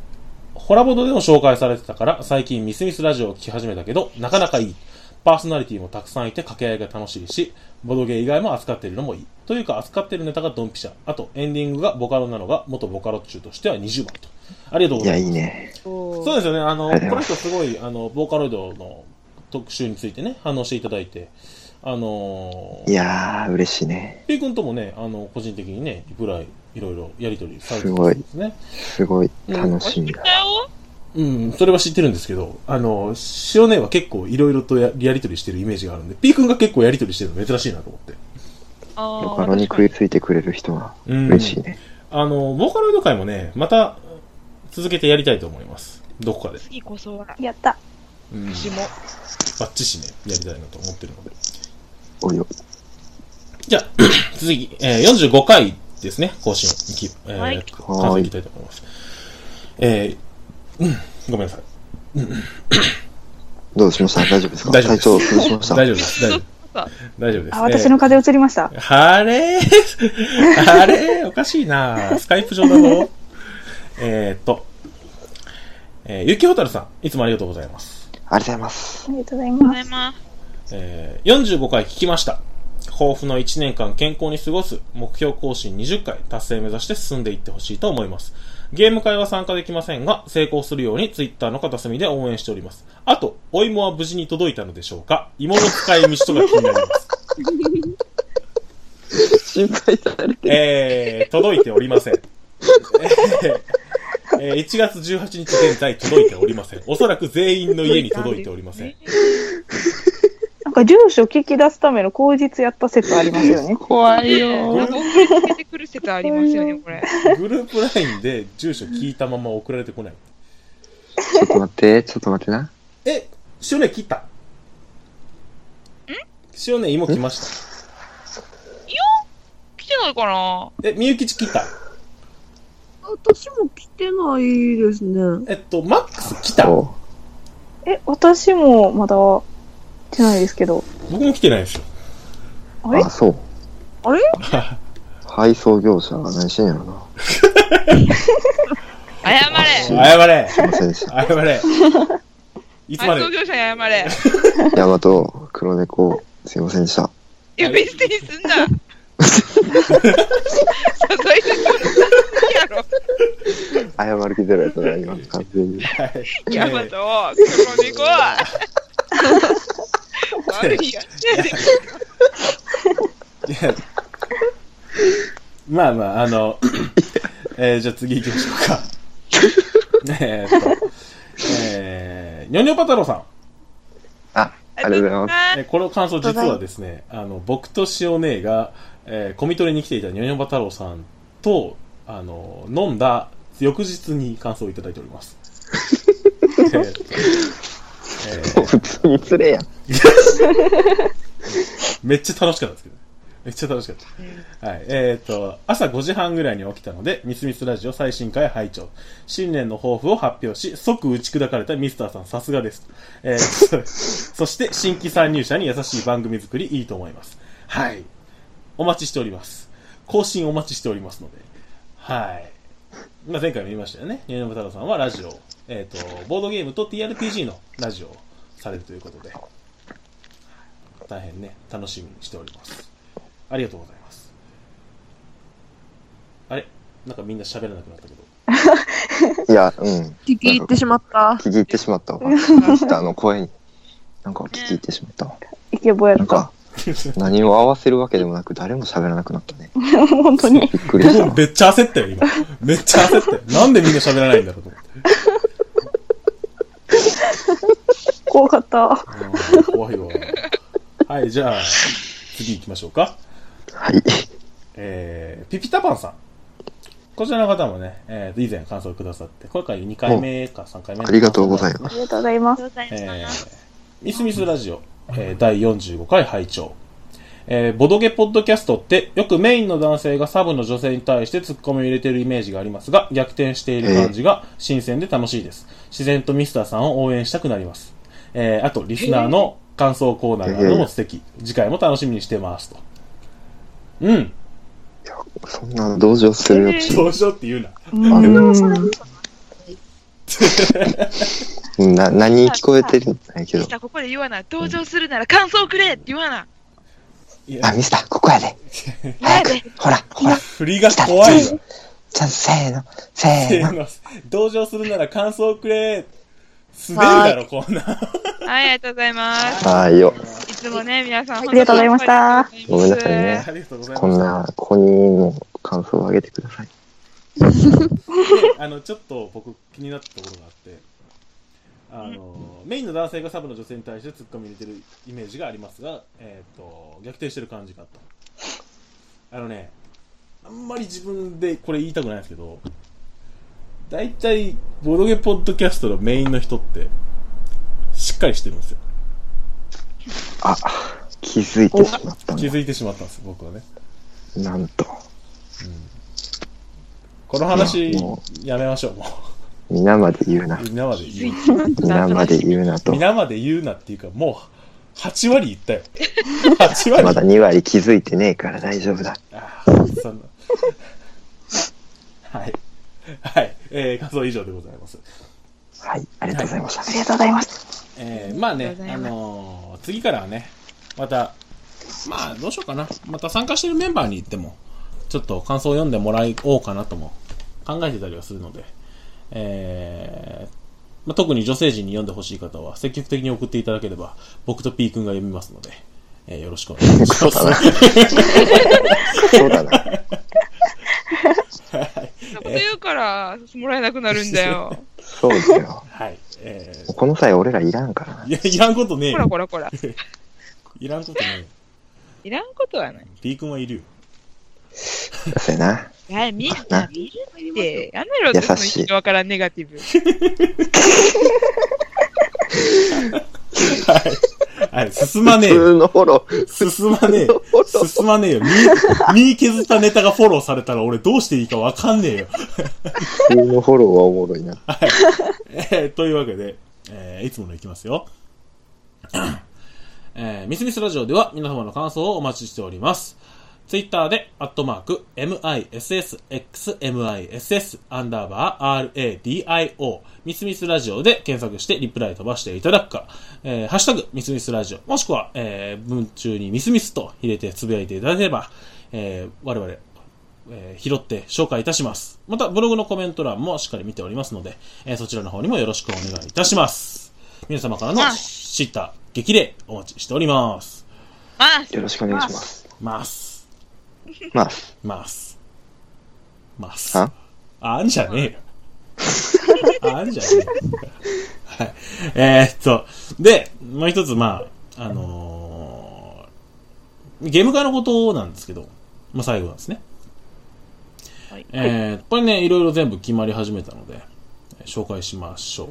S2: ー、ホラボドでも紹介されてたから、最近ミスミスラジオを聞き始めたけど、なかなかいい。パーソナリティもたくさんいて掛け合いが楽しいし、ボドゲ以外も扱ってるのもいい。というか扱ってるネタがドンピシャ。あと、エンディングがボカロなのが、元ボカロ中としては20番と。ありがとうご
S3: い
S2: ざい
S3: や、
S2: ます。
S3: いいね。
S2: そうですよね。あの、
S3: ありが
S2: この
S3: とうございま
S2: 人すごい、あの、ボーカロイドの特集についてね、反応していただいて、あの
S3: いやー、嬉しいね。
S2: ピー君ともね、あの、個人的にね、リプライ、いろいろやりとりされて
S3: す
S2: た
S3: ごい
S2: んですね。
S3: すごい楽しみだ。
S7: だよ
S2: うん、それは知ってるんですけど、あの、塩姉は結構いろいろとややりとりしてるイメージがあるんで、ピー君が結構やりとりしてるの珍しいなと思って。
S7: あ
S3: ボ
S7: ー
S3: カロに食いついてくれる人は
S2: うん
S3: 嬉しいね。
S2: あの、ボーカロイド界もね、また続けてやりたいと思います。どこかで。
S7: 次こそは、
S5: やった。
S2: うん、バ
S7: 私も。
S2: ッチしね、やりたいなと思ってるので。
S3: およ。
S2: じゃあ、 [coughs] 次、えー、45回ですね、更新いき、えー、
S7: はい
S2: 数いきたいと思います。えー、うん、ごめんなさい。
S3: どうしました大丈夫ですか
S2: 大丈夫
S3: 体
S2: です
S3: 調崩しました
S2: 大丈夫です、大
S5: [laughs]
S2: 丈夫。大丈夫です。
S5: あ、
S2: え
S5: 私の
S2: ー
S5: 風邪移りました。
S2: あれ [laughs] ーあれーおかしいなスカイプ上だぞ。えーっと、えー、ゆきほたるさん、いつもありがとうございます。
S3: ありがとうございます。
S5: ありがとうござい
S7: ござ
S5: ま
S7: い
S5: す。
S7: ます。
S2: えー45回聞きました。抱負の1年間健康に過ごす、目標更新20回、達成目指して進んでいってほしいと思います。ゲーム会は参加できませんが、成功するようにツイッターの片隅で応援しております。あと、お芋は無事に届いたのでしょうか芋の使い道とか気になります。
S3: 心配されて。
S2: えー、届いておりません。えーえー1月18日現在届いておりません。おそらく全員の家に届いておりません。
S5: なんか住所聞き出すための口実やった説あり [laughs] ますよね。
S3: 怖い
S7: なんか送りつけてくる説ありますよね、これ。
S2: [laughs] グループラインで住所聞いたまま送られてこない。
S3: ちょっと待って、ちょっと待ってな。
S2: え、塩ね切った。ん塩ね芋来ました。
S7: 来てないかな
S2: え、みゆきち切った。
S8: 私も来てないですね。
S2: えっと、マックス来た。
S3: お
S5: え、私もまだ来てないですけど。
S2: 僕も来てないですよ。
S5: あれ
S3: あ、そう。
S8: あれ
S3: [laughs] 配送業者は何してんやろな。
S7: 謝れ
S2: 謝れ
S3: すいませんでした。
S2: 謝 [laughs] れいつま
S7: 配
S2: で
S7: 送業者に謝れ。
S3: ヤマト、黒猫、すいませんでした。
S7: いや、別にすんな。 [laughs] 謝罪するやろ。
S3: 謝る気ゼロやったな、今、完全に。
S7: ヤマトを、黒猫を。悪いやつ
S2: いやまあまあ、あの、 [coughs] えーじゃあ次行きましょうか。 [laughs] えーっと、えー、にょにょぱ太郎さ
S3: あ、ありがとうございます。
S2: ん。えーこの感想実はですね、あの、僕と塩姉が、えー、コミトレに来ていたにょにょぱ太郎さんと、あの、飲んだ翌日に感想をいただいております。えーっとえー
S3: 普通につれやん。
S2: [laughs] めっちゃ楽しかったですけど。めっちゃ楽しかった。はい。えっ、と、朝5時半ぐらいに起きたので、ミスミスラジオ最新回拝聴。新年の抱負を発表し、即打ち砕かれたミスターさん、さすがです。えー [laughs] そそして、新規参入者に優しい番組作り、いいと思います。はい。お待ちしております。更新お待ちしておりますので。はい。まあ、前回も言いましたよね。ニューヨーク太郎さんはラジオ、えっ、と、ボードゲームと TRPG のラジオをされるということで。大変ね、楽しみにしております。ありがとうございます。あれなんかみんな喋らなくなったけど。 [laughs]
S3: いや、うん。
S8: 聞き入ってしまった
S3: 聞。き入ってしまったわ。
S7: や
S3: あの声に。なんか聞き入ってしまったわ。
S5: イケボや
S3: な
S5: っ
S3: ん
S5: た。
S3: か、何を合わせるわけでもなく、誰も喋らなくなったね。
S5: 本当に。
S3: びっくりした
S2: 僕
S3: わ
S2: も。めっちゃ焦ったよ、今。めっちゃ焦ったよ。なんでみんな喋らないんだろうと思って
S5: 怖かった。
S2: あー。怖いわ。はい、じゃあ、次行きましょうか。
S3: はい。
S2: えー、ピピタパンさん。こちらの方もね、えー、以前感想をくださって、今回2回目か3回目
S3: ありがとうござい
S2: す
S3: ま
S5: あ
S3: す。
S5: りがとうございます。
S2: えーミスミスラジオ、えー第45回拝聴、えーボドゲポッドキャストってよくメインの男性がサブの女性に対してツッコミを入れてるイメージがありますが逆転している感じが新鮮で楽しいです、自然とミスターさんを応援したくなります、えーあとリスナーの感想コーナーなども素敵、次回も楽しみにしてますとうん
S3: そんな同情するやつ。
S2: どうしようって言うな
S3: あ
S5: う
S3: の
S5: ん
S3: な、何聞こえてるんじゃないけ
S7: ミ
S3: ど
S7: ス。ターここで言わな。登場するなら感想くれって言わな。
S2: いや
S3: あ、ミスター、ここやで。
S7: や
S3: 早く
S7: で。
S3: ほら、ほら。
S2: 振りが怖いわ
S3: ちゃんとせーの、せーの。
S2: 同情するなら感想をくれ滑るだろ、こんな。
S7: はい、ありがとうございます。
S3: ああ、いいよ。
S7: いつもね、皆さん。
S5: ありがとうございました
S7: 本当に
S3: ごめんなさい
S7: ありが
S2: [laughs] あ
S3: ね
S7: とうございま
S2: りがとうございます。
S3: こんな、ここにも感想をあげてください。
S2: であの、ちょっと僕気になったところがあって、あの、メインの男性がサブの女性に対してツッコミ入れてるイメージがありますが、えっ、と、逆転してる感じがあった。あのね、あんまり自分でこれ言いたくないんですけど、大体、ボロゲポッドキャストのメインの人って、しっかりしてるんですよ。
S3: あ、気づいてしまった
S2: 気
S3: の。
S2: づいてしまったんです、僕はね。
S3: なんと。
S2: この話
S3: いやも、
S2: やめましょう、も
S3: 皆まで言うな
S2: [laughs] う。。皆まで言う。
S3: 皆まで言うなと。
S2: 皆まで言うなっていうか、もう、8割言ったよ。8割
S3: まだ2割気づいてねえから大丈夫だ。
S2: あーそんな。はい。はい。えー、感想以上でございます。
S3: はい、ありがとうございました。
S5: ありがとうございます。
S2: えー、まあ
S7: あ
S2: ね
S7: りがとうご、ざ
S2: あ
S7: います
S2: のー次からはね、また、まあ、どうしようかな。また参加してるメンバーに行っても、ちょっと感想を読んでもらおうかなとも考えてたりはするので、えー、まあ、特に女性陣に読んでほしい方は、積極的に送っていただければ、僕と P 君が読みますので、えー、よろしくお願いします。
S7: [laughs]
S3: そうだな。そうだな。
S7: そんなこと言うから、もらえなくなるんだよ。
S3: そうですよ。
S2: はい。えー
S3: この際俺らいらんからな。
S2: いや、いらんことねえ
S7: こら
S2: よ。
S7: こらこら。
S2: いらんことね
S7: いらんことはない。
S2: えよ。くんはいるよ。
S3: そうやな。
S7: いや、みんな見るって、やめろって、
S3: 優しい
S7: その人わからんネガティブ。
S2: はい、進まねえ
S3: 普
S2: よ。
S3: 通のフォロー。
S2: 進まねえよ。進まねえよ。身、 [laughs] 身削ったネタがフォローされたら俺どうしていいかわかんねえよ。
S3: 普通のフォローはおもろいな。
S2: えーというわけで、えーいつものいきますよ。 [coughs] えー、ミスミスラジオでは皆様の感想をお待ちしております。ツイッターで、アットマーク、missxmiss アンダーバー radio、ミスミスラジオで検索してリプライ飛ばしていただくか、えーハッシュタグ、ミスミスラジオ、もしくは、えー文中にミスミスと入れてつぶやいていただければ、えー我々、えー拾って紹介いたします。また、ブログのコメント欄もしっかり見ておりますので、えーそちらの方にもよろしくお願いいたします。皆様からの知った激励お待ちしております。
S7: あ
S3: よろしくお願いし
S2: ま
S3: ます。
S2: す。
S3: まあ、
S2: ます。ます。
S3: さ
S2: あんじゃねえよ。あんじゃねえよ。はい。えーっと、で、もう一つ、まあ、あのーゲーム化のことなんですけど、まあ最後なんですね。
S7: はい
S2: えーこれね、いろいろ全部決まり始めたので、えー紹介しましょう。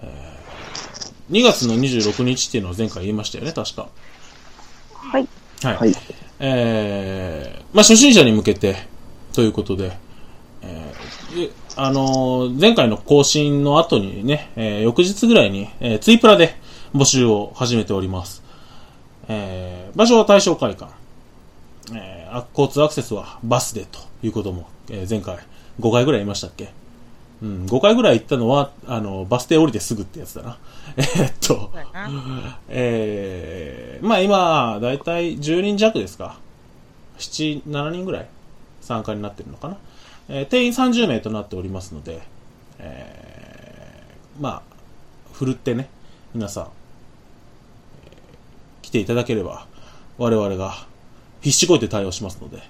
S2: えー2月の26日っていうのを前回言いましたよね、確か。
S5: はい。
S2: はい。
S3: はい。
S2: えーまあ、初心者に向けてということで、えーであのー前回の更新の後にね、えー翌日ぐらいに、えーツイプラで募集を始めております。えー場所は対象会館。えーあ交通アクセスはバスでということも、えー前回5回ぐらい言いましたっけうん、5回ぐらい行ったのは、あの、バス停降りてすぐってやつだな。 [laughs] えーっと、
S7: そうやな
S2: えー、まあ今、だいたい10人弱ですか。7、7人ぐらい参加になってるのかな。えー定員30名となっておりますので、えー、まあ、ふるってね、皆さん、えー来ていただければ、我々が必死こいて対応しますので、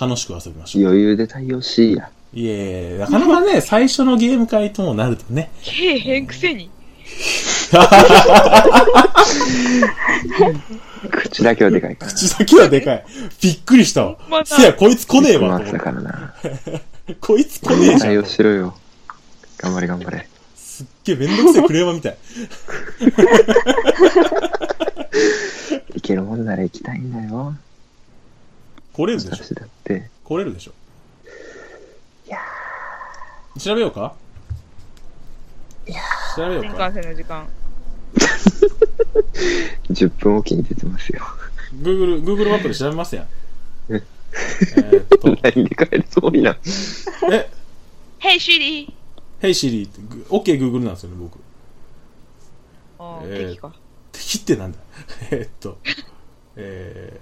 S2: 楽しく遊びましょう。
S3: 余裕で対応しいや。
S2: いえ、なかなかね、最初のゲーム会ともなるとね。
S7: けえへんくせに。
S3: 口だけはでかいから。
S2: 口先はでかい。びっくりしたわ。
S7: まだ
S2: せや、こいつ来ねえわ。
S3: マ
S2: [laughs] と
S3: ス
S2: 思っ
S3: だ
S2: て
S3: からな。
S2: こいつ来ねえじゃ
S3: 対応
S2: ん。
S3: しろよ。頑張れ頑張れ。
S2: すっげえめんどくせえクレーマーみたい。
S3: 行けるもんなら行きたいんだよ。
S2: 来れる [laughs] でしょ
S3: 私だって。
S2: 来れるでしょいや調べようかいや調べよ
S7: 新
S2: うか
S7: 幹。線の時間。
S3: 10分おきに出てますよ。
S2: Google、Google マップで調べますやん。えーっ [laughs] と、
S3: 何で帰るつもりなん。
S2: え、
S7: Hey, Siri!
S2: Hey Siri って、ぐ OK Google なんですよね、僕。
S7: あ
S2: えー
S7: ー、敵 [laughs] か。
S2: 敵ってなんだ [laughs] えーっと、え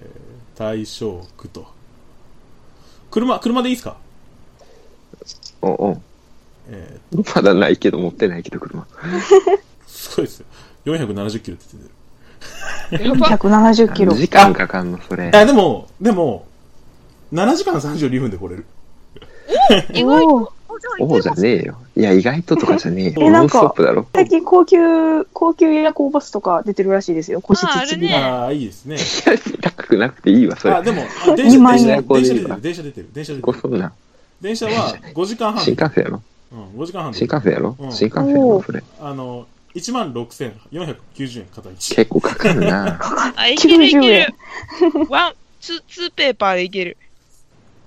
S2: ー、大正区と。車、車でいいですか
S3: [laughs] おうん。
S2: え
S3: まだないけど、持ってないけど、車。
S2: ーすごいですよ。470キロって言って
S7: やば。
S5: 170キロ。
S3: 時間かかんの、それ
S2: る。。あ、でも、でも、7時間32分で来れる。
S7: 意外
S5: おー
S3: おうじゃねえよ。いや、意外ととかじゃねえよ。
S5: えな
S3: ノ
S5: ん
S3: ンス
S5: か
S3: トップだろ。
S5: 最近高級、高級夜行バスとか出てるらしいですよ。個室
S7: あある
S5: 付き
S7: ねえ
S5: で。
S2: ああ、いいですね。
S3: いや、高くなくていいわ、それ
S2: あ、。でも、あ電車、
S5: 今
S2: 電
S5: の
S2: 車、電車出て
S3: こ
S2: る、電車出てる、電車出て
S3: こ
S2: る。
S3: そんな。
S2: 電車は5時間半
S3: 新。幹線やろ
S2: うん、5時間半
S3: 新
S2: で。
S3: 幹線やろ
S2: うん
S3: 新幹線やろ
S5: おう
S3: それ。
S2: あの、16,490円片道。
S3: 結構かかるな。
S7: あ、いけるい
S5: 90
S7: け
S5: 円
S7: る。ワン、ツー、ツーペーパーでいける。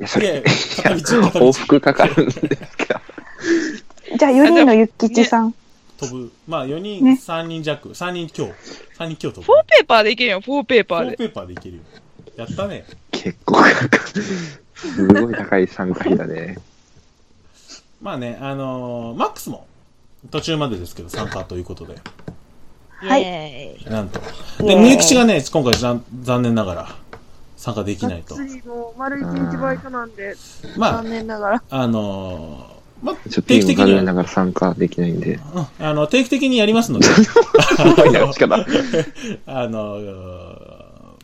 S3: いや、そ
S2: いや
S3: れ、いや
S2: 片道片道
S3: 往復かかるんですか。
S5: じゃあ4人のゆっきちさん。
S2: 飛ぶ。まあ4人、
S5: ね
S2: 3人弱、3人強、3人強飛ぶ
S7: フォ。ーペーパーでいけるよ、フォーペーパ
S2: フ
S7: ー
S2: ォー
S7: で。
S2: ペーパーでいけるよ。やったね。
S3: 結構かかる。すごい高い参加費だね。
S2: まあね、あのーマックスも途中までですけど参加ということで。
S5: はい
S7: い。
S2: なんと。で、みゆきちがね、今回残残念ながら参加できないと。
S8: 次も丸一日バイトなんで、
S2: まあ
S8: 残、念ながら。
S2: あのーまあ、
S3: ちょっと
S2: 定期的
S3: 今、残
S2: に、う
S3: 念
S2: ん
S3: ながら参加できないんで。
S2: あの、定期的にやりますので、 [laughs]
S3: す [laughs] ごいな、仕
S2: あ
S3: 方。
S2: のー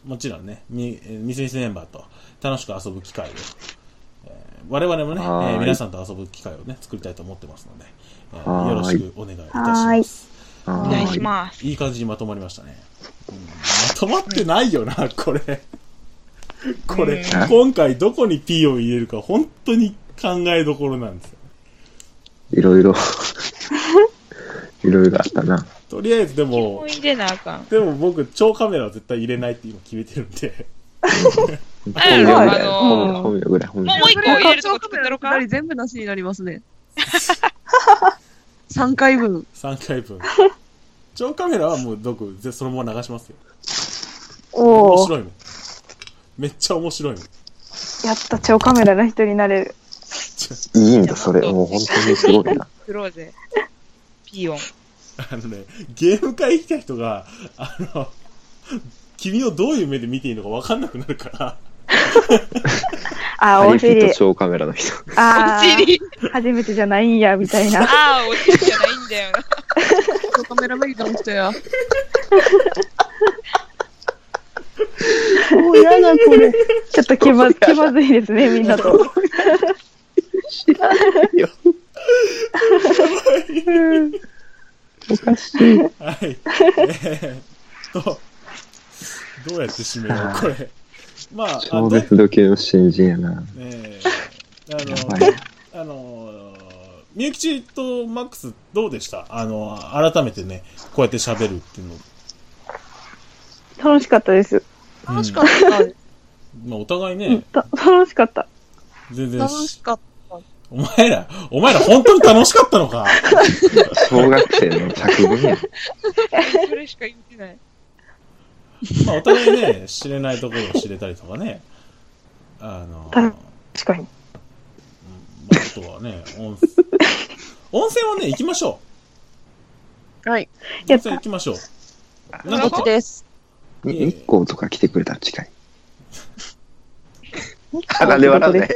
S2: もちろんね、み、みすみすメンバーと楽しく遊ぶ機会を、えー我々もね、え
S3: はーい
S2: ー皆さんと遊ぶ機会をね、作りたいと思ってますので、えー
S3: はーい
S2: よろしくお願いいたします。
S7: お願いします。
S2: いい感じにまとまりましたね。うんまとまってないよな、 [laughs] これ。これ、
S3: ん
S2: 今回どこに P を入れるか本当に考えどころなんですよ。
S3: いろいろ。いろいろあったな。
S2: とりあえずでも
S7: もう、入れなあかん。
S2: でも僕、超カメラは絶対入れないって今決めてるんで。 [laughs]
S7: あれやろ、
S3: 本
S7: あ
S3: 名
S7: の
S3: 本名ぐらい、本名ぐらい、本名ぐらい。
S7: もう一個入れるとこ作ってやろうか
S8: カメラの二人全部なしになりますね。3回分。
S2: 3回分。超カメラはもう僕、ぜそのまま流しますよ。面
S5: おお
S2: 白いもん。めっちゃ面白いもん。
S5: やった、超カメラの人になれる。
S3: いいんだ、それ。もう本当にすごい
S7: [laughs]
S3: な。
S7: 作ろうぜ。ピーヨン。
S2: あのね、ゲーム会来た人が、あの、君をどういう目で見ていいのか分かんなくなるから、
S5: あー、
S3: ハ
S5: お
S3: リフィッ
S5: 尻
S3: ト。超カメラの人。
S5: あ
S7: お尻。
S5: ー、初めてじゃないんや、みたいな。
S7: ああ、お尻じゃないんだよな。
S8: カメラメイドの人や。
S5: もうやだ、これ。ちょっと気ま気まずいですね、みんなと。
S3: 知らないよ。おかしい。
S2: はい。えー、と、どうやって締めよう、これ。まあ、あ
S3: 超
S2: の、
S3: 絶度級の新人やな。
S2: えーあの
S3: やばいな。
S2: あのみゆきちとマックスどうでしたあの、改めてね、こうやって喋るっていうの。
S5: 楽しかったです。
S8: 楽しかった。
S2: まあ、お互いね、
S5: うんた楽しかった。
S2: 全然
S8: 楽
S2: し
S8: しかっ
S2: お前ら、お前ら本当に楽しかったのか
S3: 小学生の作文や。
S7: それしか言ってない。
S2: まあ、お互いね、知れないところを知れたりとかね。あの、
S5: た
S2: まあ
S5: 確かに。
S2: あとはね、温泉。温泉はね、行きましょ
S8: た。はい。
S2: う。温
S5: やっ
S2: 泉行
S5: た。
S2: きましょう。
S7: なん
S8: こ
S7: か
S8: っちです。
S2: いえいえ
S3: 日光とか来てくれたら近い。
S5: 鼻で笑うね。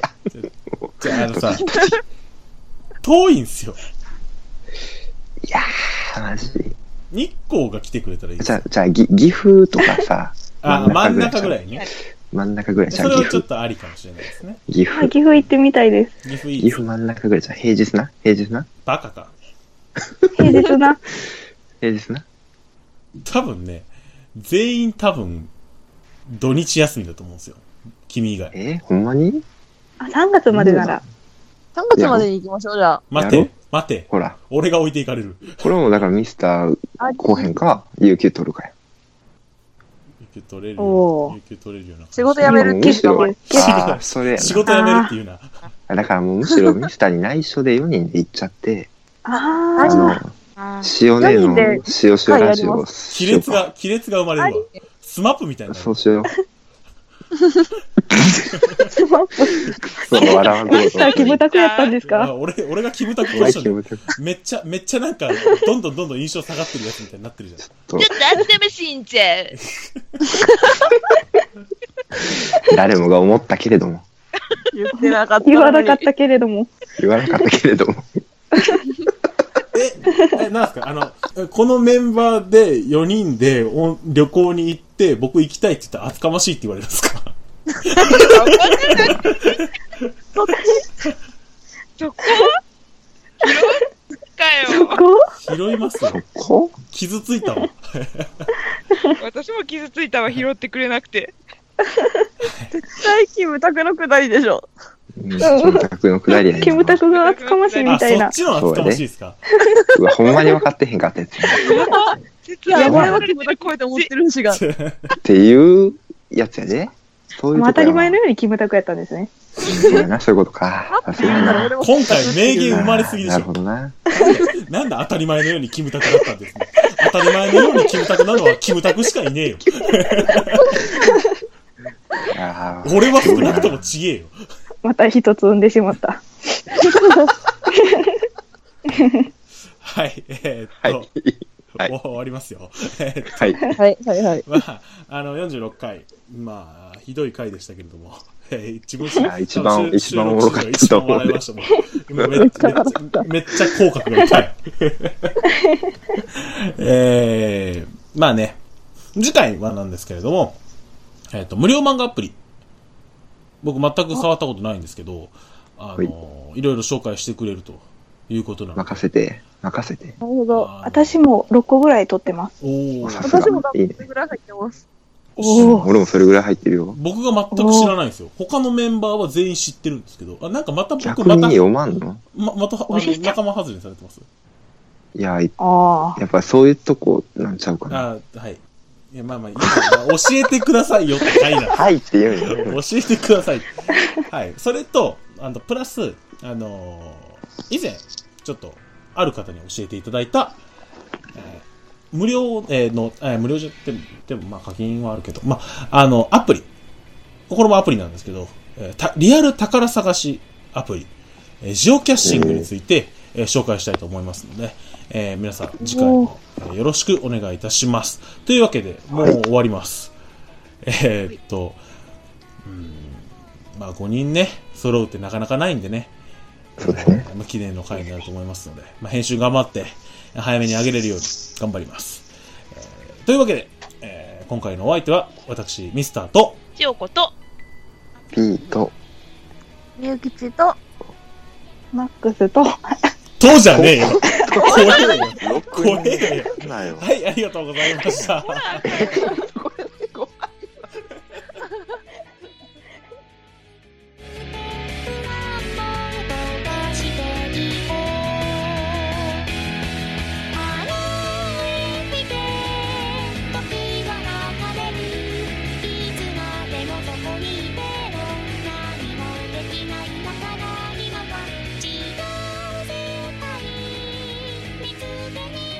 S2: じゃあ、あのさ、遠いんすよ。
S3: いやー、マジで。
S2: 日光が来てくれたらいいで
S3: じゃ
S2: す
S3: あ、じゃあ、ぎ岐阜とかさ、
S2: あ、真ん中ぐらいね。
S3: 真ん中ぐらいじゃ
S2: そ
S3: ん。
S2: れ
S3: 岐
S2: はちょっ
S3: 阜。
S2: とありかもしれないですね。
S3: 岐
S5: はい、
S3: 阜。
S5: 岐阜行ってみたいです。
S2: 岐阜いい
S3: 岐
S2: です
S3: 阜真ん中ぐらいじゃん。平日な平日な
S2: バカか。
S5: 平日な。
S3: 平日な
S2: 多分ね、全員多分、土日休みだと思うんですよ。君以外。
S3: えーほんまに
S5: あ、3月までなら。
S8: 3月までに行きましょう、じゃあ。
S2: 待
S3: や
S2: て
S3: ろ、
S2: 待て。
S3: ほら。
S2: 俺が置いていかれる。
S3: これもだからミスター後編か、有給取るかよ。
S2: 有給取れるよ。
S5: おー
S2: 有給取れるような感じ。
S8: 仕事やめるっていうの
S3: う
S8: は
S3: ん
S5: いや
S3: ああ、それや
S2: 仕事辞めるっていうな。
S3: な。だからもうむしろミスターに内緒で4人で行っちゃって、あ
S5: あ
S3: の、
S7: あ
S3: 塩姉の
S8: 四人で
S3: 塩塩ラジオを
S2: 亀
S3: しよう
S2: 裂
S3: か。
S2: が、亀裂が生まれるわ。スマップみたいになる
S3: そうしよう。
S5: あ、すまん。
S3: そう、笑わんとこ
S5: ミスターキムタクやったんです
S2: あ
S5: か
S2: 俺、俺がキムタク
S3: お
S2: ポジ
S3: 前
S2: シ
S3: 気
S2: ョン
S3: 持ちよく
S2: でめっちゃ、めっちゃなんか、どんどんどんどん印象下がってるやつみたいになってるじゃん。
S3: と
S7: ちょっとあっためしんちゃう。
S3: 誰もが思ったけれども。
S8: 言ってなかった。
S5: 言わなかっ。たけれども。
S3: 言わなかったけれども。
S2: え、なんすかあの、このメンバーで4人でお旅行に行って、僕行きたいって言ったら厚かましいって言われますか
S5: そこそ
S7: そこ拾うかよ。
S5: こ
S2: 拾いますよ。
S3: こ
S2: 傷ついたわ。
S7: 私も傷ついたわ、拾ってくれなくて。
S8: 大キムタクのくだりでしょ。
S3: うん、キムタクのくだりや
S5: キムタクが厚かましいみ
S2: あ、
S5: たい
S2: そ
S5: な
S2: っ。ちの厚かましいですか、
S3: うわ、ほんまに分かってへんかったやつや
S7: 切
S8: いや、
S3: ば
S8: 俺はキムタク声と思ってるんしが。
S3: っていうやつやで。そういう
S5: まあ
S3: こと
S5: 当た
S3: や
S5: り
S3: わ
S5: 前のようにキムタクやったんですね。
S3: そうやな、そういうことか。さすがやな。
S2: 今回名言生まれすぎでし
S3: なる
S2: ょ
S3: ほ。どな。
S2: なんで当たり前のようにキムタクだったんですね。当たり前のようにキムタクなのはキムタクしかいねえよ。
S3: あー
S2: 俺は少なくともちげえよ。
S5: また一つ産んでしまった。
S2: はい、え
S3: は
S2: ー
S3: い
S2: っと、。
S3: はい
S2: もう終わりますよ。 [laughs] えー
S3: はい。
S8: はい、はい、はい。
S2: まあ、あの、46回、まあ、ひどい回でしたけれども、えー自分し
S3: や一
S2: あ
S3: 番
S2: の収
S3: 一番おもろかった
S2: 収録中
S3: と思う
S2: が一番笑いましたもん。めっちゃ、めっちゃ口角が痛い。 [laughs] えー、まあね、次回はなんですけれども、えっ、と、無料漫画アプリ。僕全く触ったことないんですけど、あの、いろいろ紹介してくれるということなので。
S3: 任せて、任せて。
S8: なるほど。
S2: あの
S5: 私も6個ぐらい取ってます。
S2: おー
S3: さすが
S8: 私も多
S3: いい
S8: 分
S3: ね
S8: それぐらい入ってます。
S5: おー
S3: 俺もそれぐらい入ってるよ。
S2: 僕が全く知らないんですよ。他のメンバーは全員知ってるんですけど、あなんかまた僕、
S3: 逆
S2: ま
S3: に
S2: た、
S3: 読まんの
S2: ままた、あ
S5: おじいちゃ
S2: の、
S5: ん
S2: 仲間外れにされてます。
S3: いや、い
S5: あ
S3: やっぱそういうとこなんちゃうかな。
S2: あはい。いや、まあまあいいですよ、まあ教えてくださいよって回なんで [laughs]
S3: はいって言
S2: す [laughs]
S3: うんよ。
S2: 教えてください。はい。それと、あの、プラス、あのー以前、ちょっと、ある方に教えていただいた、えー無料、えーの、えー無料じゃっても、でも、まあ、課金はあるけど、まあ、あの、アプリ。これもアプリなんですけど、えーたリアル宝探しアプリ、えージオキャッシングについて、えー紹介したいと思いますので、えー皆さん、次回も、えーよろしくお願いいたします。というわけで、もう終わります。えーっと、うん、まあ、5人ね、揃うってなかなかないんでね、
S3: そうですね。
S2: まあ、記念の回になると思いますので、まあ、編集頑張って、早めに上げれるように頑張ります。えーというわけで、えー今回のお相手は、私、ミスターと、
S7: 千代子と、
S3: P と、
S8: みゆきちと、
S5: あ。マックスと、
S2: とじゃねえよ怖えよ
S3: 怖
S2: えよ
S3: なよ。
S2: はい、ありがとうございました。
S1: 「違う世界見つけに